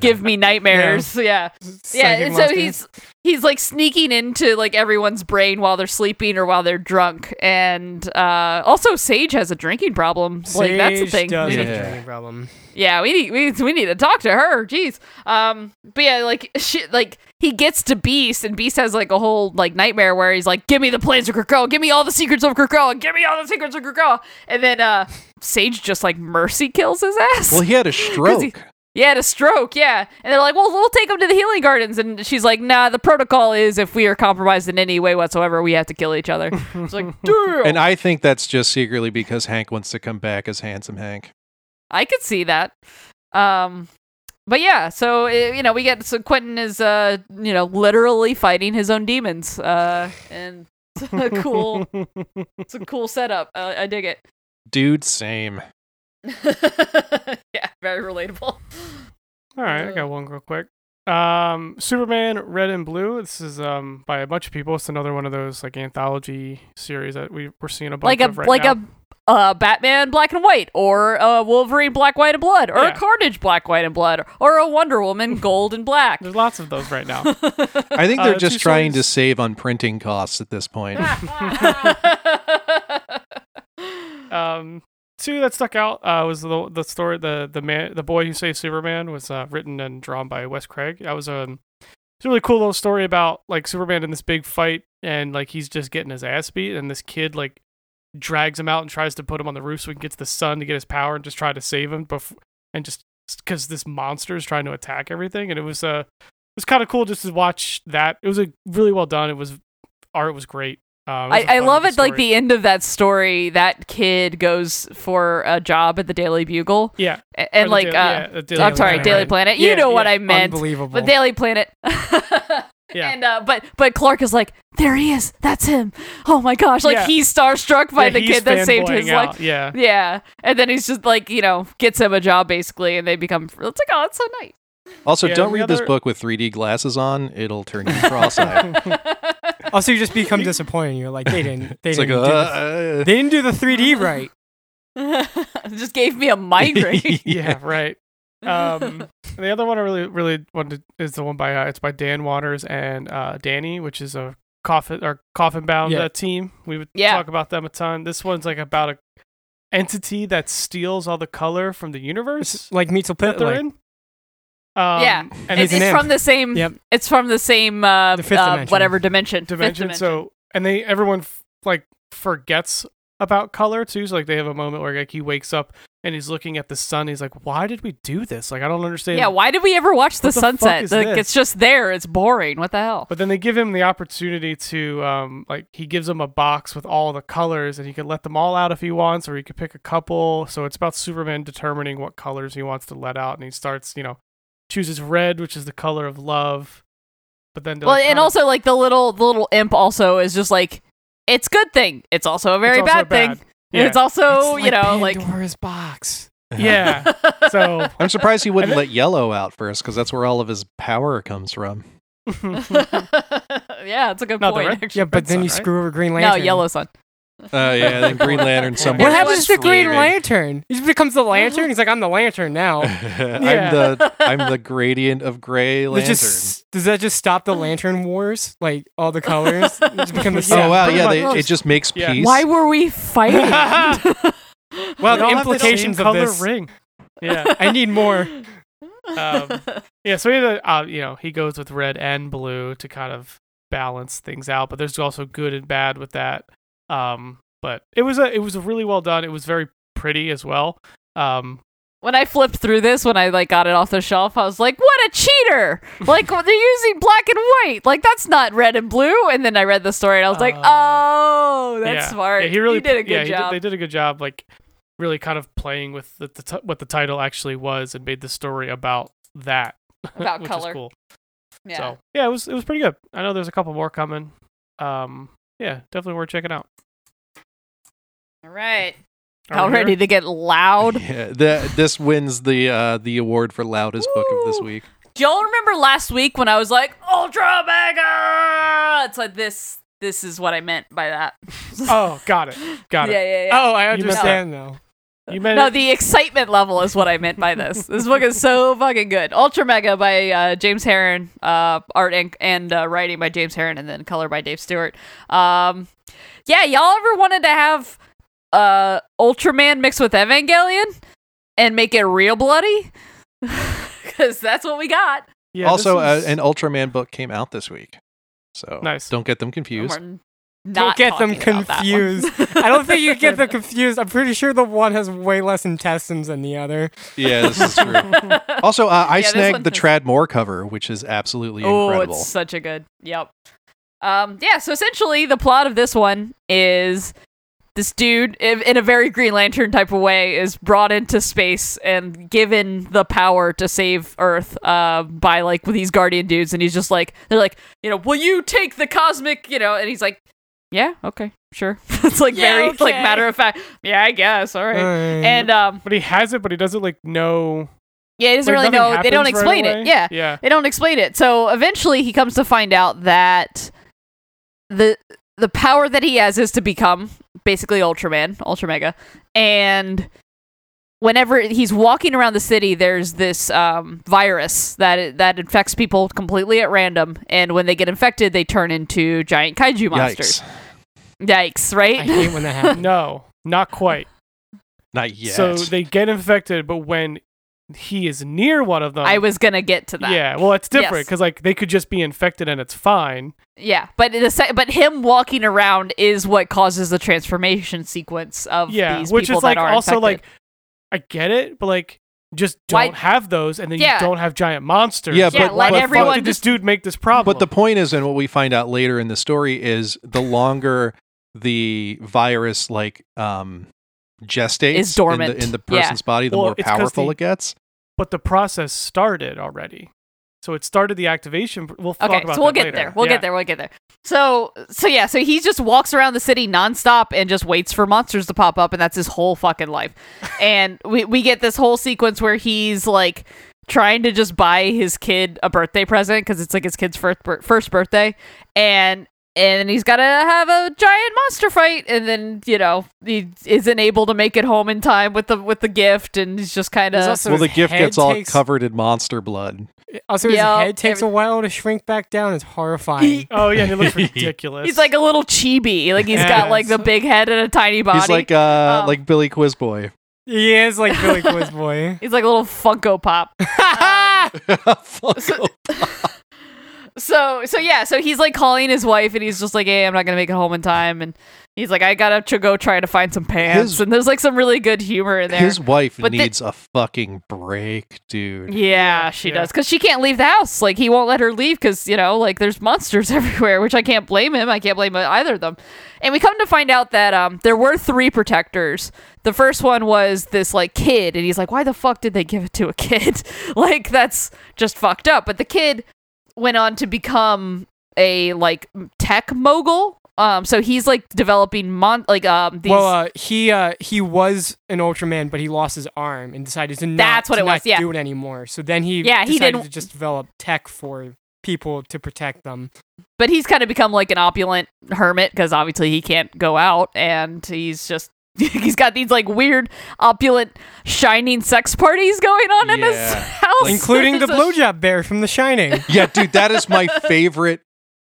S4: give me nightmares. Yeah. Yeah,
S5: Psychic
S4: and so
S5: monsters.
S4: he's he's like sneaking into like everyone's brain while they're sleeping or while they're drunk. And uh also Sage has a drinking problem. like that's the
S5: Sage
S4: thing.
S5: Does have a
S2: Yeah.
S5: drinking problem.
S4: Yeah, we need we, we need to talk to her. Jeez. Um, but yeah, like shit. Like he gets to Beast, and Beast has like a whole like nightmare where he's like, "Give me the plans of Krakoa, give me all the secrets of Krakoa, give me all the secrets of Krakoa," and then uh, Sage just like mercy kills his ass.
S2: well he had a stroke
S4: Yeah, had a stroke, yeah. And they're like, well, we'll take him to the healing gardens. And she's like, nah, the protocol is if we are compromised in any way whatsoever, we have to kill each other. It's like, damn.
S2: and i think that's just secretly because hank wants to come back as handsome hank
S4: I could see that. Um, but yeah, so eh, you know, we get so Quentin is uh, you know, literally fighting his own demons. Uh, and it's a cool, it's a cool setup. Uh, I dig it.
S2: dude same
S4: yeah, very relatable.
S3: All right, I
S4: Uh,
S3: got one real quick. Um, Superman Red and Blue. This is um by a bunch of people. It's another one of those like anthology series that we we're seeing a bunch
S4: Like a
S3: of right
S4: like
S3: now.
S4: a uh, Batman Black and White, or a Wolverine Black White and Blood, or
S3: Yeah.
S4: a Carnage Black White and Blood, or a Wonder Woman Gold and Black.
S3: There's lots of those right now.
S2: i think
S3: Uh,
S2: they're
S3: two
S2: just trying to
S3: stories.
S2: save on printing
S4: Ah.
S2: costs at this point
S3: um, two that stuck out uh, was the the story the the man the boy who saved Superman was uh, written and drawn by Wes Craig. That was um, it's a really cool little story about like Superman in this big fight and like he's just getting his ass beat and this kid like drags him out and tries to put him on the roof so he gets the sun to get his power and just try to save him before and just because this monster is trying to attack everything and it was uh it was kind of cool just to watch that. It was a really well done. It was art was great. Um, it was a
S4: I, I
S3: fun
S4: love it. Like
S3: story.
S4: the end of that story, that kid goes for a job at the Daily Bugle,
S3: yeah
S4: A-
S3: or
S4: and
S3: the
S4: like,
S3: Daily-
S4: uh,
S3: yeah, the Daily
S4: I'm sorry,
S3: Planet.
S4: Daily Planet. You
S3: Yeah,
S4: know what
S3: yeah.
S4: I meant,
S5: Unbelievable.
S4: but Daily Planet.
S3: Yeah.
S4: And uh, but but Clark is like, there he is, that's him. Oh my gosh, like
S3: Yeah.
S4: he's starstruck by
S3: Yeah,
S4: the
S3: he's
S4: kid that saved his
S3: fanboying out,
S4: life.
S3: Yeah.
S4: Yeah, and then he's just like, you know, gets him a job basically, and they become. It's like, oh, it's so nice.
S2: Also,
S3: Yeah,
S2: don't
S3: the
S2: read this
S3: other-
S2: book with 3D glasses on. It'll turn you
S4: "Oh,
S2: cross-eyed.
S5: also, you just become disappointed. You're like, they didn't. They
S2: it's like,
S5: didn't.
S2: uh,
S5: do the-
S2: uh,
S5: they didn't do the 3D right.
S4: just gave me a migraine.
S3: Yeah. Right. Um, the other one I really, really wanted to, is the one by uh, it's by Dan Waters and uh, Danny, which is a coffin or coffin bound
S5: Yeah.
S3: uh, team. We would
S4: Yeah.
S3: talk about them a ton. This one's like about a entity that steals all the color from the universe
S5: It's like Meetle Pit.
S3: that they're
S5: Like,
S3: in. Um,
S4: Yeah.
S3: and
S4: it's,
S5: He's an
S4: it's
S5: imp.
S4: from the same.
S5: Yep.
S4: It's from the same. Uh,
S5: The fifth
S4: uh,
S5: dimension.
S4: Whatever dimension.
S3: dimension.
S4: Fifth dimension.
S3: So and they everyone f- like forgets about color too. So like they have a moment where like he wakes up and he's looking at the sun. He's like, "Why did we do this? Like I don't understand."
S4: yeah. Why did we ever watch the,
S3: What the fuck
S4: sunset?
S3: is
S4: Like,
S3: this?
S4: it's just there. It's boring. What the hell?
S3: But then they give him the opportunity to, um, like, he gives him a box with all the colors, and he can let them all out if he wants, or he could pick a couple. So it's about Superman determining what colors he wants to let out, and he starts, you know, chooses red, which is the color of love. But then, to,
S4: well,
S3: like,
S4: and
S3: kinda-
S4: also like the little the little imp also is just like it's good thing. It's also a very
S3: also
S4: bad,
S3: bad.
S4: thing.
S3: yeah,
S4: And it's also
S5: it's
S4: Oh, you know
S5: like
S4: like
S5: Pandora's box.
S3: yeah. So
S2: I'm surprised he wouldn't
S3: And
S2: let yellow out first because that's where all of his power comes from.
S4: yeah, it's a good
S3: No, the
S4: point.
S3: red-
S4: actually.
S5: Yeah, but then you
S3: sun, right?
S5: screw over Green
S4: No,
S5: Lantern.
S4: yellow sun.
S2: Oh yeah, then Green Lantern somewhere.
S5: What happens
S4: Everyone's
S5: to Green
S2: leaving.
S5: Lantern? He just becomes
S4: Uh-huh.
S5: the lantern. He's like, I'm the lantern now.
S3: Yeah.
S2: I'm the I'm the gradient of gray
S5: Does
S2: lantern.
S5: just, does that just stop the lantern wars? Like all the colors? It just become the
S3: Yeah,
S2: oh wow,
S3: pretty
S2: yeah,
S3: much.
S2: they, it just makes
S3: Yeah.
S2: peace.
S4: Why were we fighting?
S5: Well,
S3: They
S5: the
S3: all have same
S5: implications of
S3: color
S5: this.
S3: ring. Yeah,
S5: I need more.
S3: um, yeah. So either uh, you know he goes with red and blue to kind of balance things out, but there's also good and bad with that. Um, but it was a it was really well done. It was very pretty as well. Um,
S4: when I flipped through this, when I like got it off the shelf, I was like, "What a cheater! Like they're using black and white. Like that's not red and blue." And then I read the story, and I was like,
S3: Uh,
S4: "Oh, that's
S3: yeah.
S4: smart.
S3: Yeah, he really
S4: did a
S3: pl- yeah,
S4: good
S3: he did-
S4: job."
S3: they did a good job, like really kind of playing with the, the t- what the title actually was and made the story about that
S4: About
S3: which
S4: color.
S3: Is cool.
S4: yeah.
S3: So yeah, it was it was pretty good. I know there's a couple more coming. Um, yeah, definitely worth checking out.
S4: All right,
S3: Are
S4: all
S3: we here?
S4: ready to get loud.
S2: Yeah, the, this wins the uh, the award for loudest book of this
S4: Woo!
S2: week.
S4: Do y'all remember last week when I was like, "Ultra mega"? It's like this. This is what I meant by that.
S3: Oh, got it, got
S4: yeah,
S3: it.
S4: yeah, yeah.
S5: Oh, I
S3: You missed
S5: understand now.
S3: You meant
S4: No,
S3: it-
S4: the excitement level is what I meant by this. this book is so fucking good. Ultra Mega by uh, James Heron, uh, art and, and uh, writing by James Heron, and then color by Dave Stewart. Um, yeah, y'all ever wanted to have uh, Ultraman mixed with Evangelion and make it real bloody? Because that's what we got.
S3: yeah,
S2: also, uh,
S3: this is-
S2: an Ultraman book came out this week, so
S3: Nice.
S2: Don't get them confused.
S4: We're not
S5: get them
S4: talking about that one.
S5: confused. I don't think you get them confused. I'm pretty sure the one has way less intestines than the other.
S2: Yeah, this is true. also, uh, I
S4: Yeah, this one
S2: snagged the
S4: has-
S2: Trad Moore cover, which is absolutely
S4: Oh,
S2: incredible.
S4: it's such a good. Yep. Um, yeah, so essentially the plot of this one is this dude in, in a very Green Lantern type of way is brought into space and given the power to save Earth uh, by like with these guardian dudes and he's just like they're like, you know, will you take the cosmic, you know, and he's like, yeah, okay, sure. it's like
S5: Yeah,
S4: very like
S5: okay.
S4: matter of fact. Yeah, I guess. All
S3: Uh,
S4: right.
S5: Alright.
S4: And um
S3: but he has it, but he doesn't like know.
S4: yeah, he doesn't
S3: like,
S4: really
S3: nothing
S4: know. They don't
S3: happens
S4: explain
S3: right
S4: it.
S3: away.
S4: Yeah.
S3: yeah.
S4: They don't explain it. So eventually he comes to find out that the the power that he has is to become basically Ultraman, Ultra Mega. And whenever he's walking around the city, there's this um, virus that that infects people completely at random. And when they get infected, they turn into giant kaiju monsters.
S2: Yikes!
S4: Yikes, right?
S5: I hate when that happens.
S3: No, not quite.
S2: Not yet.
S3: So they get infected, but when he is near one of them,
S4: I was gonna get to that.
S3: um, yeah. Well, it's different
S4: Yes.
S3: because like they could just be infected and it's fine.
S4: Yeah, but the se- but him walking around is what causes the transformation sequence of
S3: yeah,
S4: these
S3: which
S4: people
S3: is like
S4: that are
S3: also
S4: infected.
S3: like I get it, but like just
S4: Why-
S3: don't have those, and then
S4: Yeah.
S3: you don't have giant monsters.
S2: Yeah,
S3: Like,
S2: Yeah, but-
S4: let
S3: why the fuck
S4: everyone
S3: did this
S4: just-
S3: dude make this problem?
S2: But the point is, and what we find out later in the story is the longer the virus like um gestates
S4: Is dormant.
S2: in the, in the
S4: Yeah.
S2: person's body, the
S3: Well,
S2: more
S3: it's 'cause
S2: powerful
S3: the-
S2: it gets.
S3: but the process started already. So it started the activation. pr- We'll
S4: okay,
S3: talk about
S4: so we'll
S3: that
S4: get
S3: later.
S4: there. We'll
S3: Yeah.
S4: get there. We'll get there. So so yeah, so he just walks around the city nonstop and just waits for monsters to pop up, and that's his whole fucking life. and we we get this whole sequence where he's like trying to just buy his kid a birthday present because it's like his kid's first bir- first birthday, and and he's got to have a giant monster fight and then you know he isn't able to make it home in time with the with the gift and he's just kind
S5: There's
S4: of
S5: also
S2: well, the
S5: his
S2: gift
S5: head
S2: gets all
S5: takes-
S2: covered in monster blood.
S5: Also, his
S4: Yeah,
S5: head takes a while to shrink back down. It's horrifying.
S3: Oh yeah, and it looks ridiculous.
S4: He's like a little chibi. Like he's
S5: Yes.
S4: got like the big head and a tiny body.
S2: He's like uh
S4: Um,
S2: like Billy Quizboy.
S5: he is like Billy Quizboy.
S4: He's like a little Funko Pop. Um,
S2: Funko.
S4: So so yeah, so he's like calling his wife and he's just like, "Hey, I'm not going to make it home in time." And he's like, "I got to go try to find some pants."
S2: His-
S4: and there's like some really good humor in there.
S2: His wife
S4: But the-
S2: needs a fucking break, dude.
S4: yeah, she
S3: yeah.
S4: does cuz she can't leave the house. Like he won't let her leave cuz you know, like there's monsters everywhere, which I can't blame him. I can't blame either of them. And we come to find out that um there were three protectors. The first one was this like kid and he's like, "Why the fuck did they give it to a kid?" like that's just fucked up. But the kid went on to become a like tech mogul. Um so he's like developing mon- like um these
S5: Well, uh, he uh, he was an Ultraman, but he lost his arm and decided to not,
S4: That's what
S5: to
S4: it was,
S5: not
S4: yeah.
S5: do it anymore. So then he
S4: Yeah, he
S5: decided
S4: didn't-
S5: to just develop tech for people to protect them.
S4: but he's kind of become like an opulent hermit because obviously he can't go out and he's just he's got these like weird opulent shining sex parties going on in his
S2: Yeah.
S4: house
S5: including the
S4: It's a-
S5: blowjob bear from The Shining.
S2: yeah, dude, that is my favorite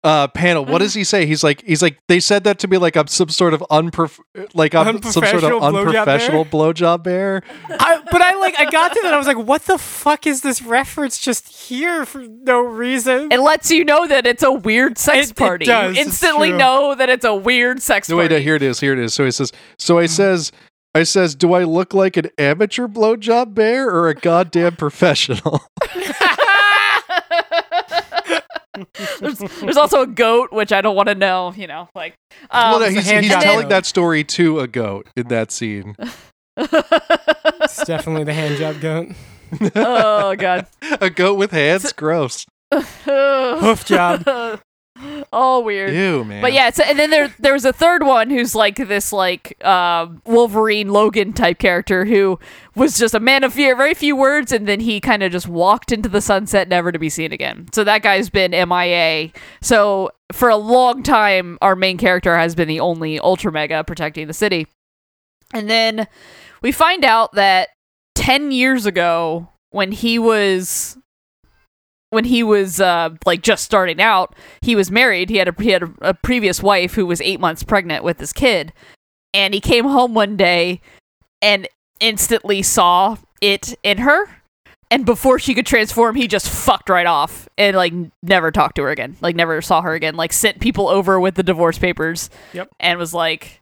S2: uh panel. What does he say? He's like he's like they said that to me like I'm some sort of unprof- like I'm some sort
S5: Unprofessional
S2: of
S5: blowjob
S2: unprofessional blowjob bear.
S5: I, but I like I got to that. I was like, what the fuck is this reference just here for no reason?
S4: it lets you know that it's a weird sex
S5: It- it
S4: party
S5: does,
S4: you
S5: it's
S4: instantly
S5: true.
S4: know that it's a weird sex
S2: No, wait,
S4: party
S2: no, here it is. Here it is. So he says, so I says, I says, do I look like an amateur blowjob bear or a goddamn professional?
S4: there's, there's also a goat which i don't want to know you know like
S2: well,
S4: um,
S2: no,
S5: it's a
S2: he's,
S5: hand
S2: he's
S5: job
S2: telling
S5: goat.
S2: that story to a goat in that scene.
S5: It's definitely the hand job goat.
S4: oh god
S2: a goat with hands? Gross.
S5: Hoof job.
S4: All weird.
S2: Ew, man.
S4: But yeah, so, and then there there was a third one who's like this like um Wolverine Logan type character who was just a man of few, very few words, and then he kind of just walked into the sunset, never to be seen again. So that guy's been MIA. So for a long time, our main character has been the only Ultra Mega protecting the city, and then we find out that ten years ago, when he was when he was uh, like just starting out, he was married. He had a he had a, a previous wife who was eight months pregnant with his kid, and he came home one day and instantly saw it in her. And before she could transform, he just fucked right off and like never talked to her again. Like never saw her again. Like sent people over with the divorce papers.
S3: Yep.
S4: And was like,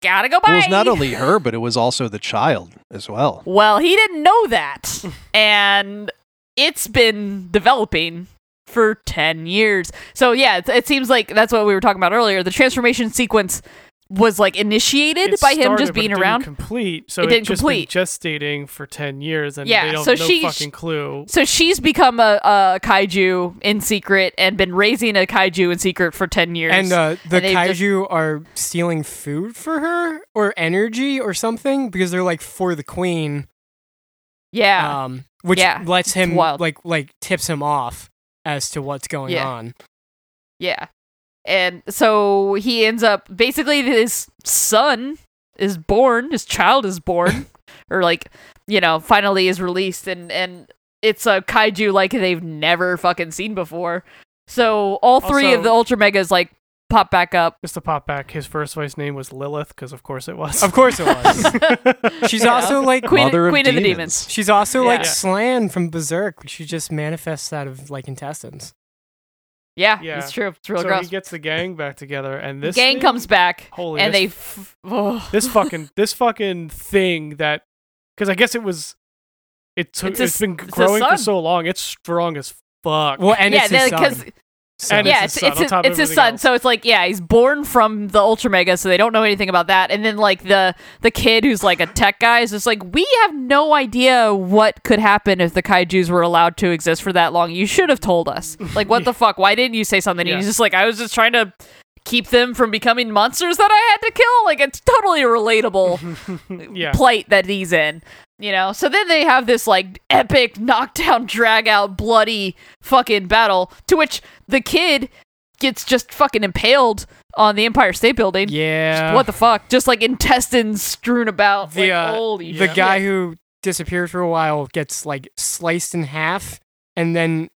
S4: gotta go. Bye.
S2: Well, it was not only her, but it was also the child as well.
S4: Well, he didn't know that. and it's been developing for 10 years. So, yeah, it, it seems like that's what we were talking about earlier. The transformation sequence was like initiated
S3: It
S4: by him
S3: started,
S4: just
S3: but it
S4: being
S3: didn't
S4: around.
S3: complete. So
S4: It
S3: it
S4: didn't
S3: just
S4: complete.
S3: been gestating for ten years, and
S4: Yeah,
S3: they don't
S4: so
S3: no
S4: she-
S3: fucking clue.
S4: so she's become a, a kaiju in secret and been raising a kaiju in secret for 10 years.
S5: And uh, the
S4: And they just-
S5: kaiju are stealing food for her or energy or something because they're like for the queen,
S4: yeah.
S5: um, which
S4: Yeah,
S5: lets him
S4: wild.
S5: like like tips him off as to what's going
S4: Yeah.
S5: on.
S4: Yeah. And so he ends up basically his son is born, his child is born or like, you know, finally is released and and it's a kaiju like they've never fucking seen before. So all three of
S3: Also-
S4: the ultra megas like pop back up.
S3: Just to pop back, his first wife's name was Lilith, because of course it was.
S5: Of course it was. She's
S4: Yeah.
S5: also like
S4: Queen,
S2: Mother of
S4: Queen of the
S2: Demons.
S4: Demons.
S5: she's also like
S4: Yeah.
S5: Slan from Berserk. She just manifests out of like intestines.
S4: Yeah,
S3: Yeah.
S4: it's true. It's real
S3: so he
S4: gross.
S3: gets the gang back together, and this
S4: Gang
S3: thing-
S4: comes back,
S3: Holy,
S4: and
S3: this
S4: they. F- oh.
S3: this fucking this fucking thing that because I guess it was it took
S4: It's
S3: it's,
S4: a
S3: it's been
S4: s- it's a
S3: growing for
S4: sun.
S3: so long. It's strong as fuck.
S5: Well, and
S4: yeah,
S5: it's his son.
S4: because
S5: So-
S3: And
S4: yeah,
S3: it's his
S4: it's it's
S3: son on
S4: his,
S3: top of
S4: it's his
S3: everything
S4: son.
S3: else.
S4: So it's like yeah, he's born from the Ultra Mega, so they don't know anything about that. And then like the the kid who's like a tech guy is just like, we have no idea what could happen if the kaiju's were allowed to exist for that long. You should have told us. Like what the fuck? Why didn't you say something? And
S3: Yeah.
S4: he's just like, I was just trying to keep them from becoming monsters that I had to kill. Like it's totally relatable
S3: yeah,
S4: plight that he's in. You know, so then they have this like epic knockdown, drag out, bloody fucking battle to which the kid gets just fucking impaled on the Empire State Building.
S5: yeah.
S4: What the fuck? Just like intestines strewn about.
S5: The,
S4: like,
S5: uh,
S4: holy
S5: the
S4: shit.
S5: guy who disappeared for a while gets like sliced in half and then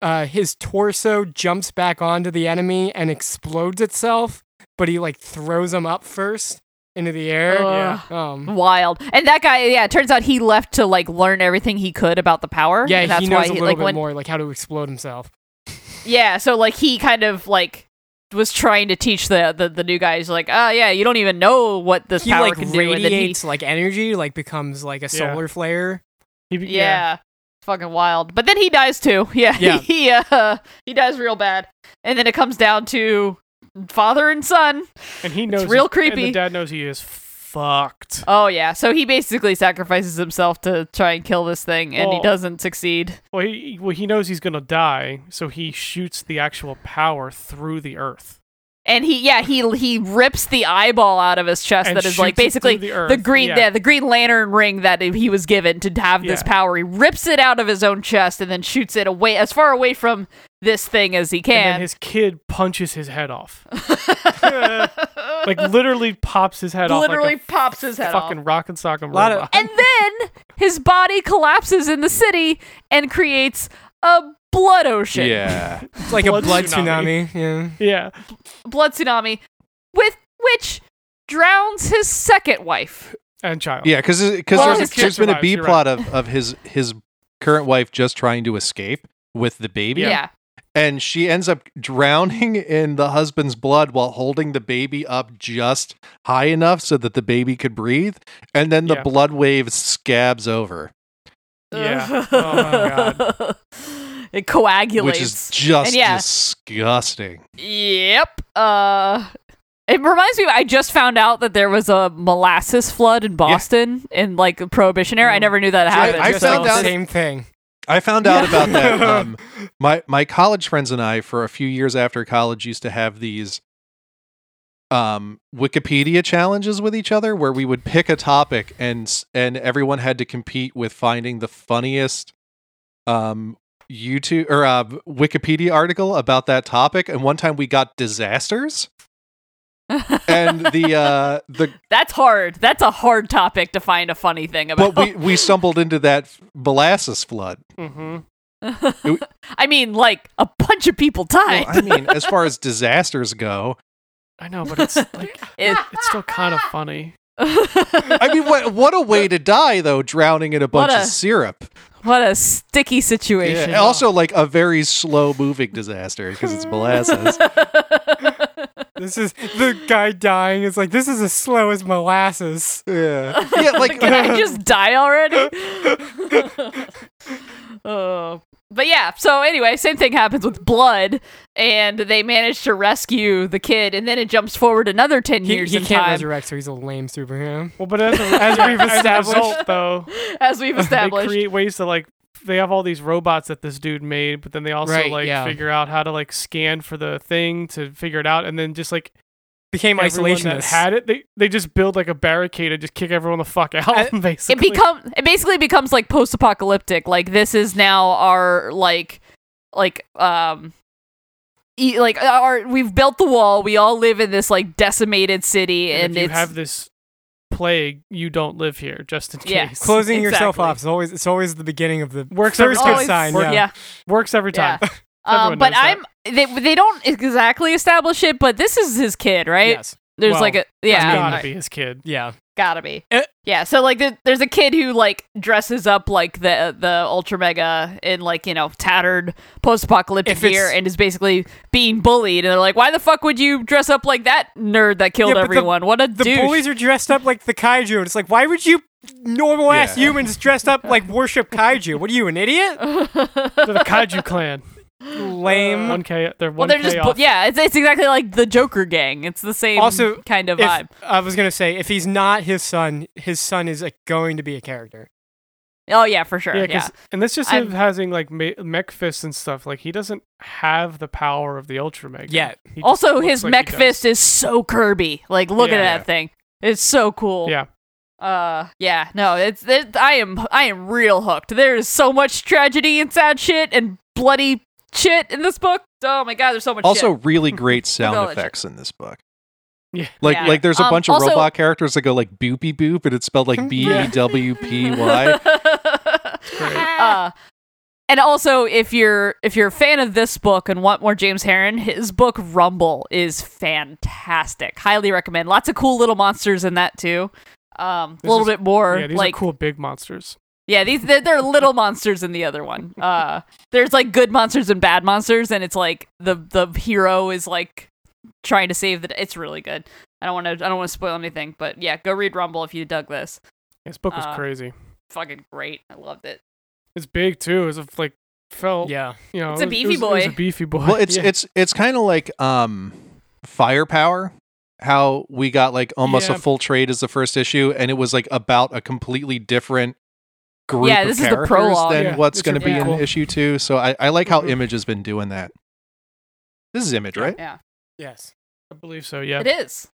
S5: uh, his torso jumps back onto the enemy and explodes itself but he like throws him up first into the air
S4: Ugh.
S5: um
S4: wild. And that guy, yeah, it turns out he left to like learn everything he could about the power.
S5: yeah
S4: and that's
S5: he knows
S4: why
S5: a
S4: he
S5: little
S4: like
S5: bit
S4: when
S5: more like how to explode himself
S4: Yeah, so like he kind of like was trying to teach the the, the new guys like, oh yeah, you don't even know what this
S5: he
S4: power
S5: like
S4: can do and then he
S5: radiates like energy like becomes like a
S3: Yeah.
S5: solar flare
S3: He be-
S4: Yeah. It's fucking wild. But then he dies too. Yeah.
S5: Yeah.
S4: he uh, he dies real bad. And then it comes down to father and son.
S3: and he knows
S4: real
S3: and
S4: creepy.
S3: the dad knows he is fucked.
S4: Oh yeah. So he basically sacrifices himself to try and kill this thing and he
S3: Well-
S4: doesn't succeed.
S3: Well, he well he knows he's gonna die, so he shoots the actual power through the earth.
S4: And he yeah, he he rips the eyeball out of his chest
S3: And
S4: that is like
S3: shoots it through
S4: basically
S3: the earth,
S4: green
S3: yeah.
S4: yeah. the green lantern ring that he was given to have this
S3: Yeah.
S4: power. He rips it out of his own chest and then shoots it away as far away from this thing as he
S3: And
S4: can.
S3: then his kid punches his head off. like literally pops his head off.
S4: literally
S3: Like
S4: pops his
S3: a
S4: head off.
S3: fucking rock and sock and
S5: Lot of-
S3: robot.
S4: And then his body collapses in the city and creates a blood ocean.
S2: Yeah.
S5: it's like
S3: Blood
S5: a blood
S3: tsunami.
S5: tsunami, yeah
S3: yeah.
S4: Blood tsunami with which drowns his second wife.
S3: And child.
S2: Yeah, because
S4: Well, his
S2: there's,
S4: kid
S2: there's been a
S3: survives,
S2: B
S3: you're
S2: plot of, of his his current wife just trying to escape with the baby.
S4: Yeah.
S2: And she ends up drowning in the husband's blood while holding the baby up just high enough so that the baby could breathe. And then the
S3: Yeah.
S2: blood wave scabs over,
S3: Yeah. Oh my god.
S4: It coagulates.
S2: which is just
S4: And yeah.
S2: disgusting.
S4: Yep. Uh it reminds me I just found out that there was a molasses flood in Boston in like the prohibition era. I
S5: Mm.
S4: never knew that happened.
S2: I
S5: Just
S2: found
S5: all the
S2: out-
S5: same thing
S2: I found out
S4: Yeah.
S2: about that. Um, my my college friends and I, for a few years after college, used to have these um, Wikipedia challenges with each other, where we would pick a topic and s- and everyone had to compete with finding the funniest um, YouTube or uh, Wikipedia article about that topic. And one time we got disasters, and the uh, the
S4: That's hard. That's a hard topic to find a funny thing about.
S2: but we we stumbled into that f- molasses flood.
S3: Mm-hmm.
S4: I mean, like a bunch of people
S2: Well,
S4: died.
S2: I mean, as far as disasters go,
S3: I know, but it's like
S4: It-
S3: it's still kind of funny.
S2: I mean, what what a way to die though, drowning in a bunch
S4: What
S2: of
S4: a-
S2: syrup.
S4: what a sticky situation.
S2: Yeah, Also, like a very slow moving disaster because it's molasses.
S5: this is the guy dying is like this is as slow as molasses
S2: yeah, yeah, like
S4: Can I just die already? Oh. But yeah, so anyway, same thing happens with blood, and they manage to rescue the kid, and then it jumps forward another 10
S5: he,
S4: years
S5: he
S4: in
S5: can't
S4: time,
S5: resurrect so he's a lame superhero
S3: Well, but as a,
S5: As we've
S3: as a
S5: established.
S3: result, though,
S4: as we've
S3: they
S4: established.
S3: create ways to like they have all these robots that this dude made, but then they also
S5: Right,
S3: like
S5: yeah.
S3: figure out how to like scan for the thing to figure it out, and then just like
S5: became
S3: everyone that
S5: isolationist
S3: had it, they they just build like a barricade and just kick everyone the fuck out.
S4: it
S3: basically,
S4: become it basically becomes like post-apocalyptic like this is now our like like um e- like our we've built the wall we all live in this like decimated city
S3: And
S4: and,
S3: if you
S4: it's
S3: have this plague, you don't live here, just in
S4: Yeah.
S3: case.
S5: closing yourself
S4: Exactly.
S5: off is always it's always the beginning of the
S3: Works
S5: first
S4: always-
S5: sign.
S4: Oh, yeah.
S5: Yeah.
S3: Works every time.
S4: Um,
S3: Everyone
S4: but
S3: knows that.
S4: I'm they, they don't exactly establish it, but this is his kid, right?
S5: Yes.
S4: There's
S5: Well,
S4: like a
S3: It's
S4: yeah,
S3: gotta
S4: right.
S3: be his kid.
S5: Yeah.
S4: gotta be.
S5: Eh.
S4: yeah, so like there, there's a kid who like dresses up like the the ultra mega in like you know tattered post apocalyptic
S5: If it's-
S4: gear and is basically being bullied, and they're like, why the fuck would you dress up like that nerd that killed
S5: Yeah, but the-
S4: everyone? what a
S5: The
S4: douche!
S5: bullies are dressed up like the kaiju. And it's like, why would you normal ass
S2: Yeah.
S5: humans dressed up like worship kaiju? What are you, an idiot?
S3: They're the Kaiju clan.
S5: Lame.
S3: One K. They're
S4: well,
S3: one
S4: they're
S3: K
S4: just bu-
S3: off.
S4: yeah, it's it's exactly like the Joker gang. It's the same
S5: Also,
S4: kind of
S5: If-
S4: vibe.
S5: I was gonna say, if he's not his son, his son is like going to be a character.
S4: Oh yeah, for sure.
S3: Yeah,
S4: Yeah,
S3: 'cause- and that's just him having like me- mech fists and stuff. Like he doesn't have the power of the Ultra Mega
S5: Yet.
S3: He just
S4: Also,
S3: looks
S4: his
S3: like he
S4: mech
S3: does.
S4: fist is so Kirby. Like, look
S5: Yeah.
S4: at that thing. It's so cool.
S3: Yeah,
S4: Uh. Yeah. No. It's. It, I am. I am real hooked. There is so much tragedy and sad shit and bloody shit in this book. Oh my god. There's so much.
S2: Also,
S4: shit.
S2: really great
S4: all
S2: sound
S4: that
S2: effects in this book.
S3: Yeah.
S2: Like
S4: Yeah.
S2: like there's a
S4: Um,
S2: bunch
S4: also-
S2: of robot characters that go like boopy boop and it's spelled like B E W P Y.
S3: great.
S4: uh, and also, if you're if you're a fan of this book and want more James Heron, his book Rumble is fantastic. Highly recommend. Lots of cool little monsters in that too. Um, a
S3: This
S4: little
S3: is-
S4: bit more
S3: yeah. These
S4: like
S3: are cool big monsters.
S4: Yeah, these they're, they're little monsters in the other one. Uh, there's like good monsters and bad monsters, and it's like the the hero is like trying to save the. d- It's really good. I don't want to. I don't want to spoil anything, but yeah, go read Rumble if you dug this.
S3: This book was
S4: Uh,
S3: crazy.
S4: Fucking great. I loved it.
S3: It's big too. It's a, like felt. Yeah. You
S5: Yeah.
S3: know,
S4: It's a
S3: it was- it
S4: beefy
S3: was- It was a
S4: boy.
S3: beefy boy.
S2: Well, it's
S3: Yeah.
S2: it's it's kind of like um firepower. How we got like almost
S5: Yeah.
S2: a full trade as the first issue, and it was like about a completely different group
S4: Yeah,
S2: of
S4: this is the
S2: characters
S4: prologue.
S2: than
S3: Yeah,
S2: what's
S3: it's
S2: going to be
S4: really
S2: in
S3: cool.
S2: issue two. So I, I like how
S3: Mhm.
S2: Image has been doing that. This is Image, right?
S4: Yeah,
S5: Yes.
S3: I believe so. Yeah.
S4: it is.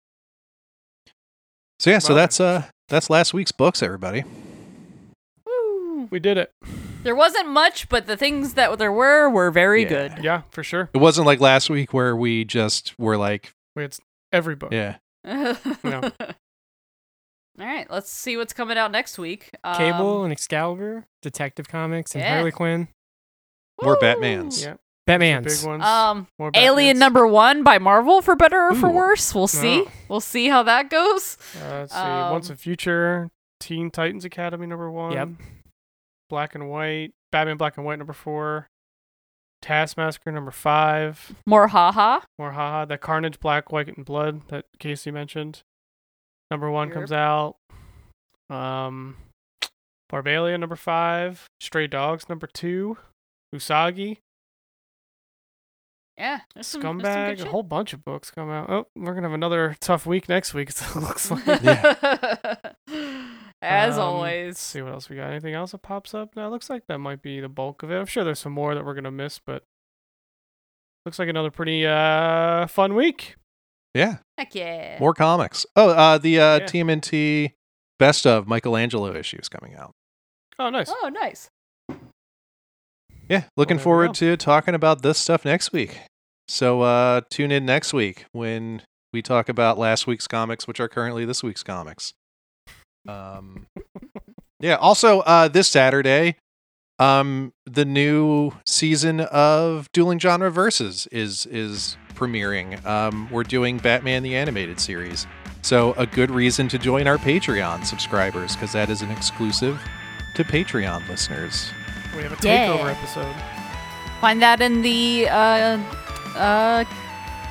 S2: So yeah, so
S5: Wow.
S2: that's uh that's last week's books, everybody.
S4: Woo.
S3: We did it.
S4: There wasn't much, but the things that there were were very
S2: Yeah.
S4: good.
S3: Yeah, for sure.
S2: It wasn't like last week where we just were like,
S3: We had s- every book.
S2: yeah,
S4: All right, let's see what's coming out next week. Um,
S5: Cable and Excalibur, Detective Comics, and
S4: yeah.
S5: Harley Quinn,
S2: more
S4: woo.
S2: Batmans.
S3: Yeah.
S5: Batman's.
S3: Big ones.
S4: Um,
S3: more
S4: Alien
S3: Batmans.
S4: number one by Marvel, for better or for
S2: Ooh.
S4: worse. We'll see.
S5: Oh.
S4: We'll see how that goes.
S3: Uh, let's see.
S4: Um,
S3: Once a Future, Teen Titans Academy number one. Black and White, Batman Black and White number four, Taskmaster number five,
S4: More haha.
S3: more haha. That Carnage Black, White, and Blood that Casey mentioned. Number one comes
S4: Yep.
S3: out. Um, Barbalia number five, Stray Dogs number two, Usagi,
S4: Yeah. there's some- there's some good
S3: Scumbag, a
S4: shit.
S3: whole bunch of books come out. Oh, we're gonna have another tough week next week. It looks like. Um, Let's
S4: As always.
S3: see what else we got. Anything else that pops up? No, it looks like that might be the bulk of it. I'm sure there's some more that we're gonna miss, but looks like another pretty uh fun week.
S2: yeah,
S4: Heck yeah.
S2: more comics. Oh, uh, the uh,
S3: Yeah.
S2: TMNT best of Michelangelo issues coming out.
S3: Oh, nice.
S4: Oh, nice.
S2: Yeah, looking
S3: there we go.
S2: forward to talking about this stuff next week. So uh tune in next week when we talk about last week's comics, which are currently this week's comics. Um Yeah, also uh this Saturday, um the new season of Dueling Genre Versus is is premiering. Um we're doing Batman the Animated series. So a good reason to join our Patreon subscribers, because that is an exclusive to Patreon listeners.
S3: We have a
S4: Yeah.
S3: takeover episode.
S4: Find that in the uh, uh,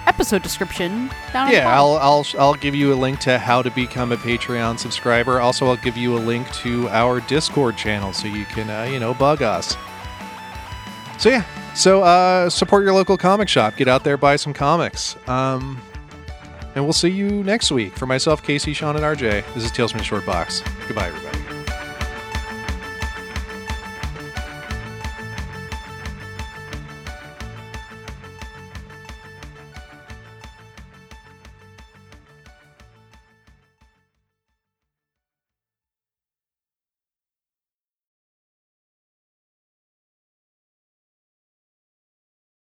S4: episode description down
S2: yeah
S4: in
S2: I'll, I'll i'll give you a link to how to become a patreon subscriber also i'll give you a link to our discord channel so you can uh, you know bug us so yeah so uh support your local comic shop get out there buy some comics um and we'll see you next week for myself casey sean and rj this is tales from the short box goodbye everybody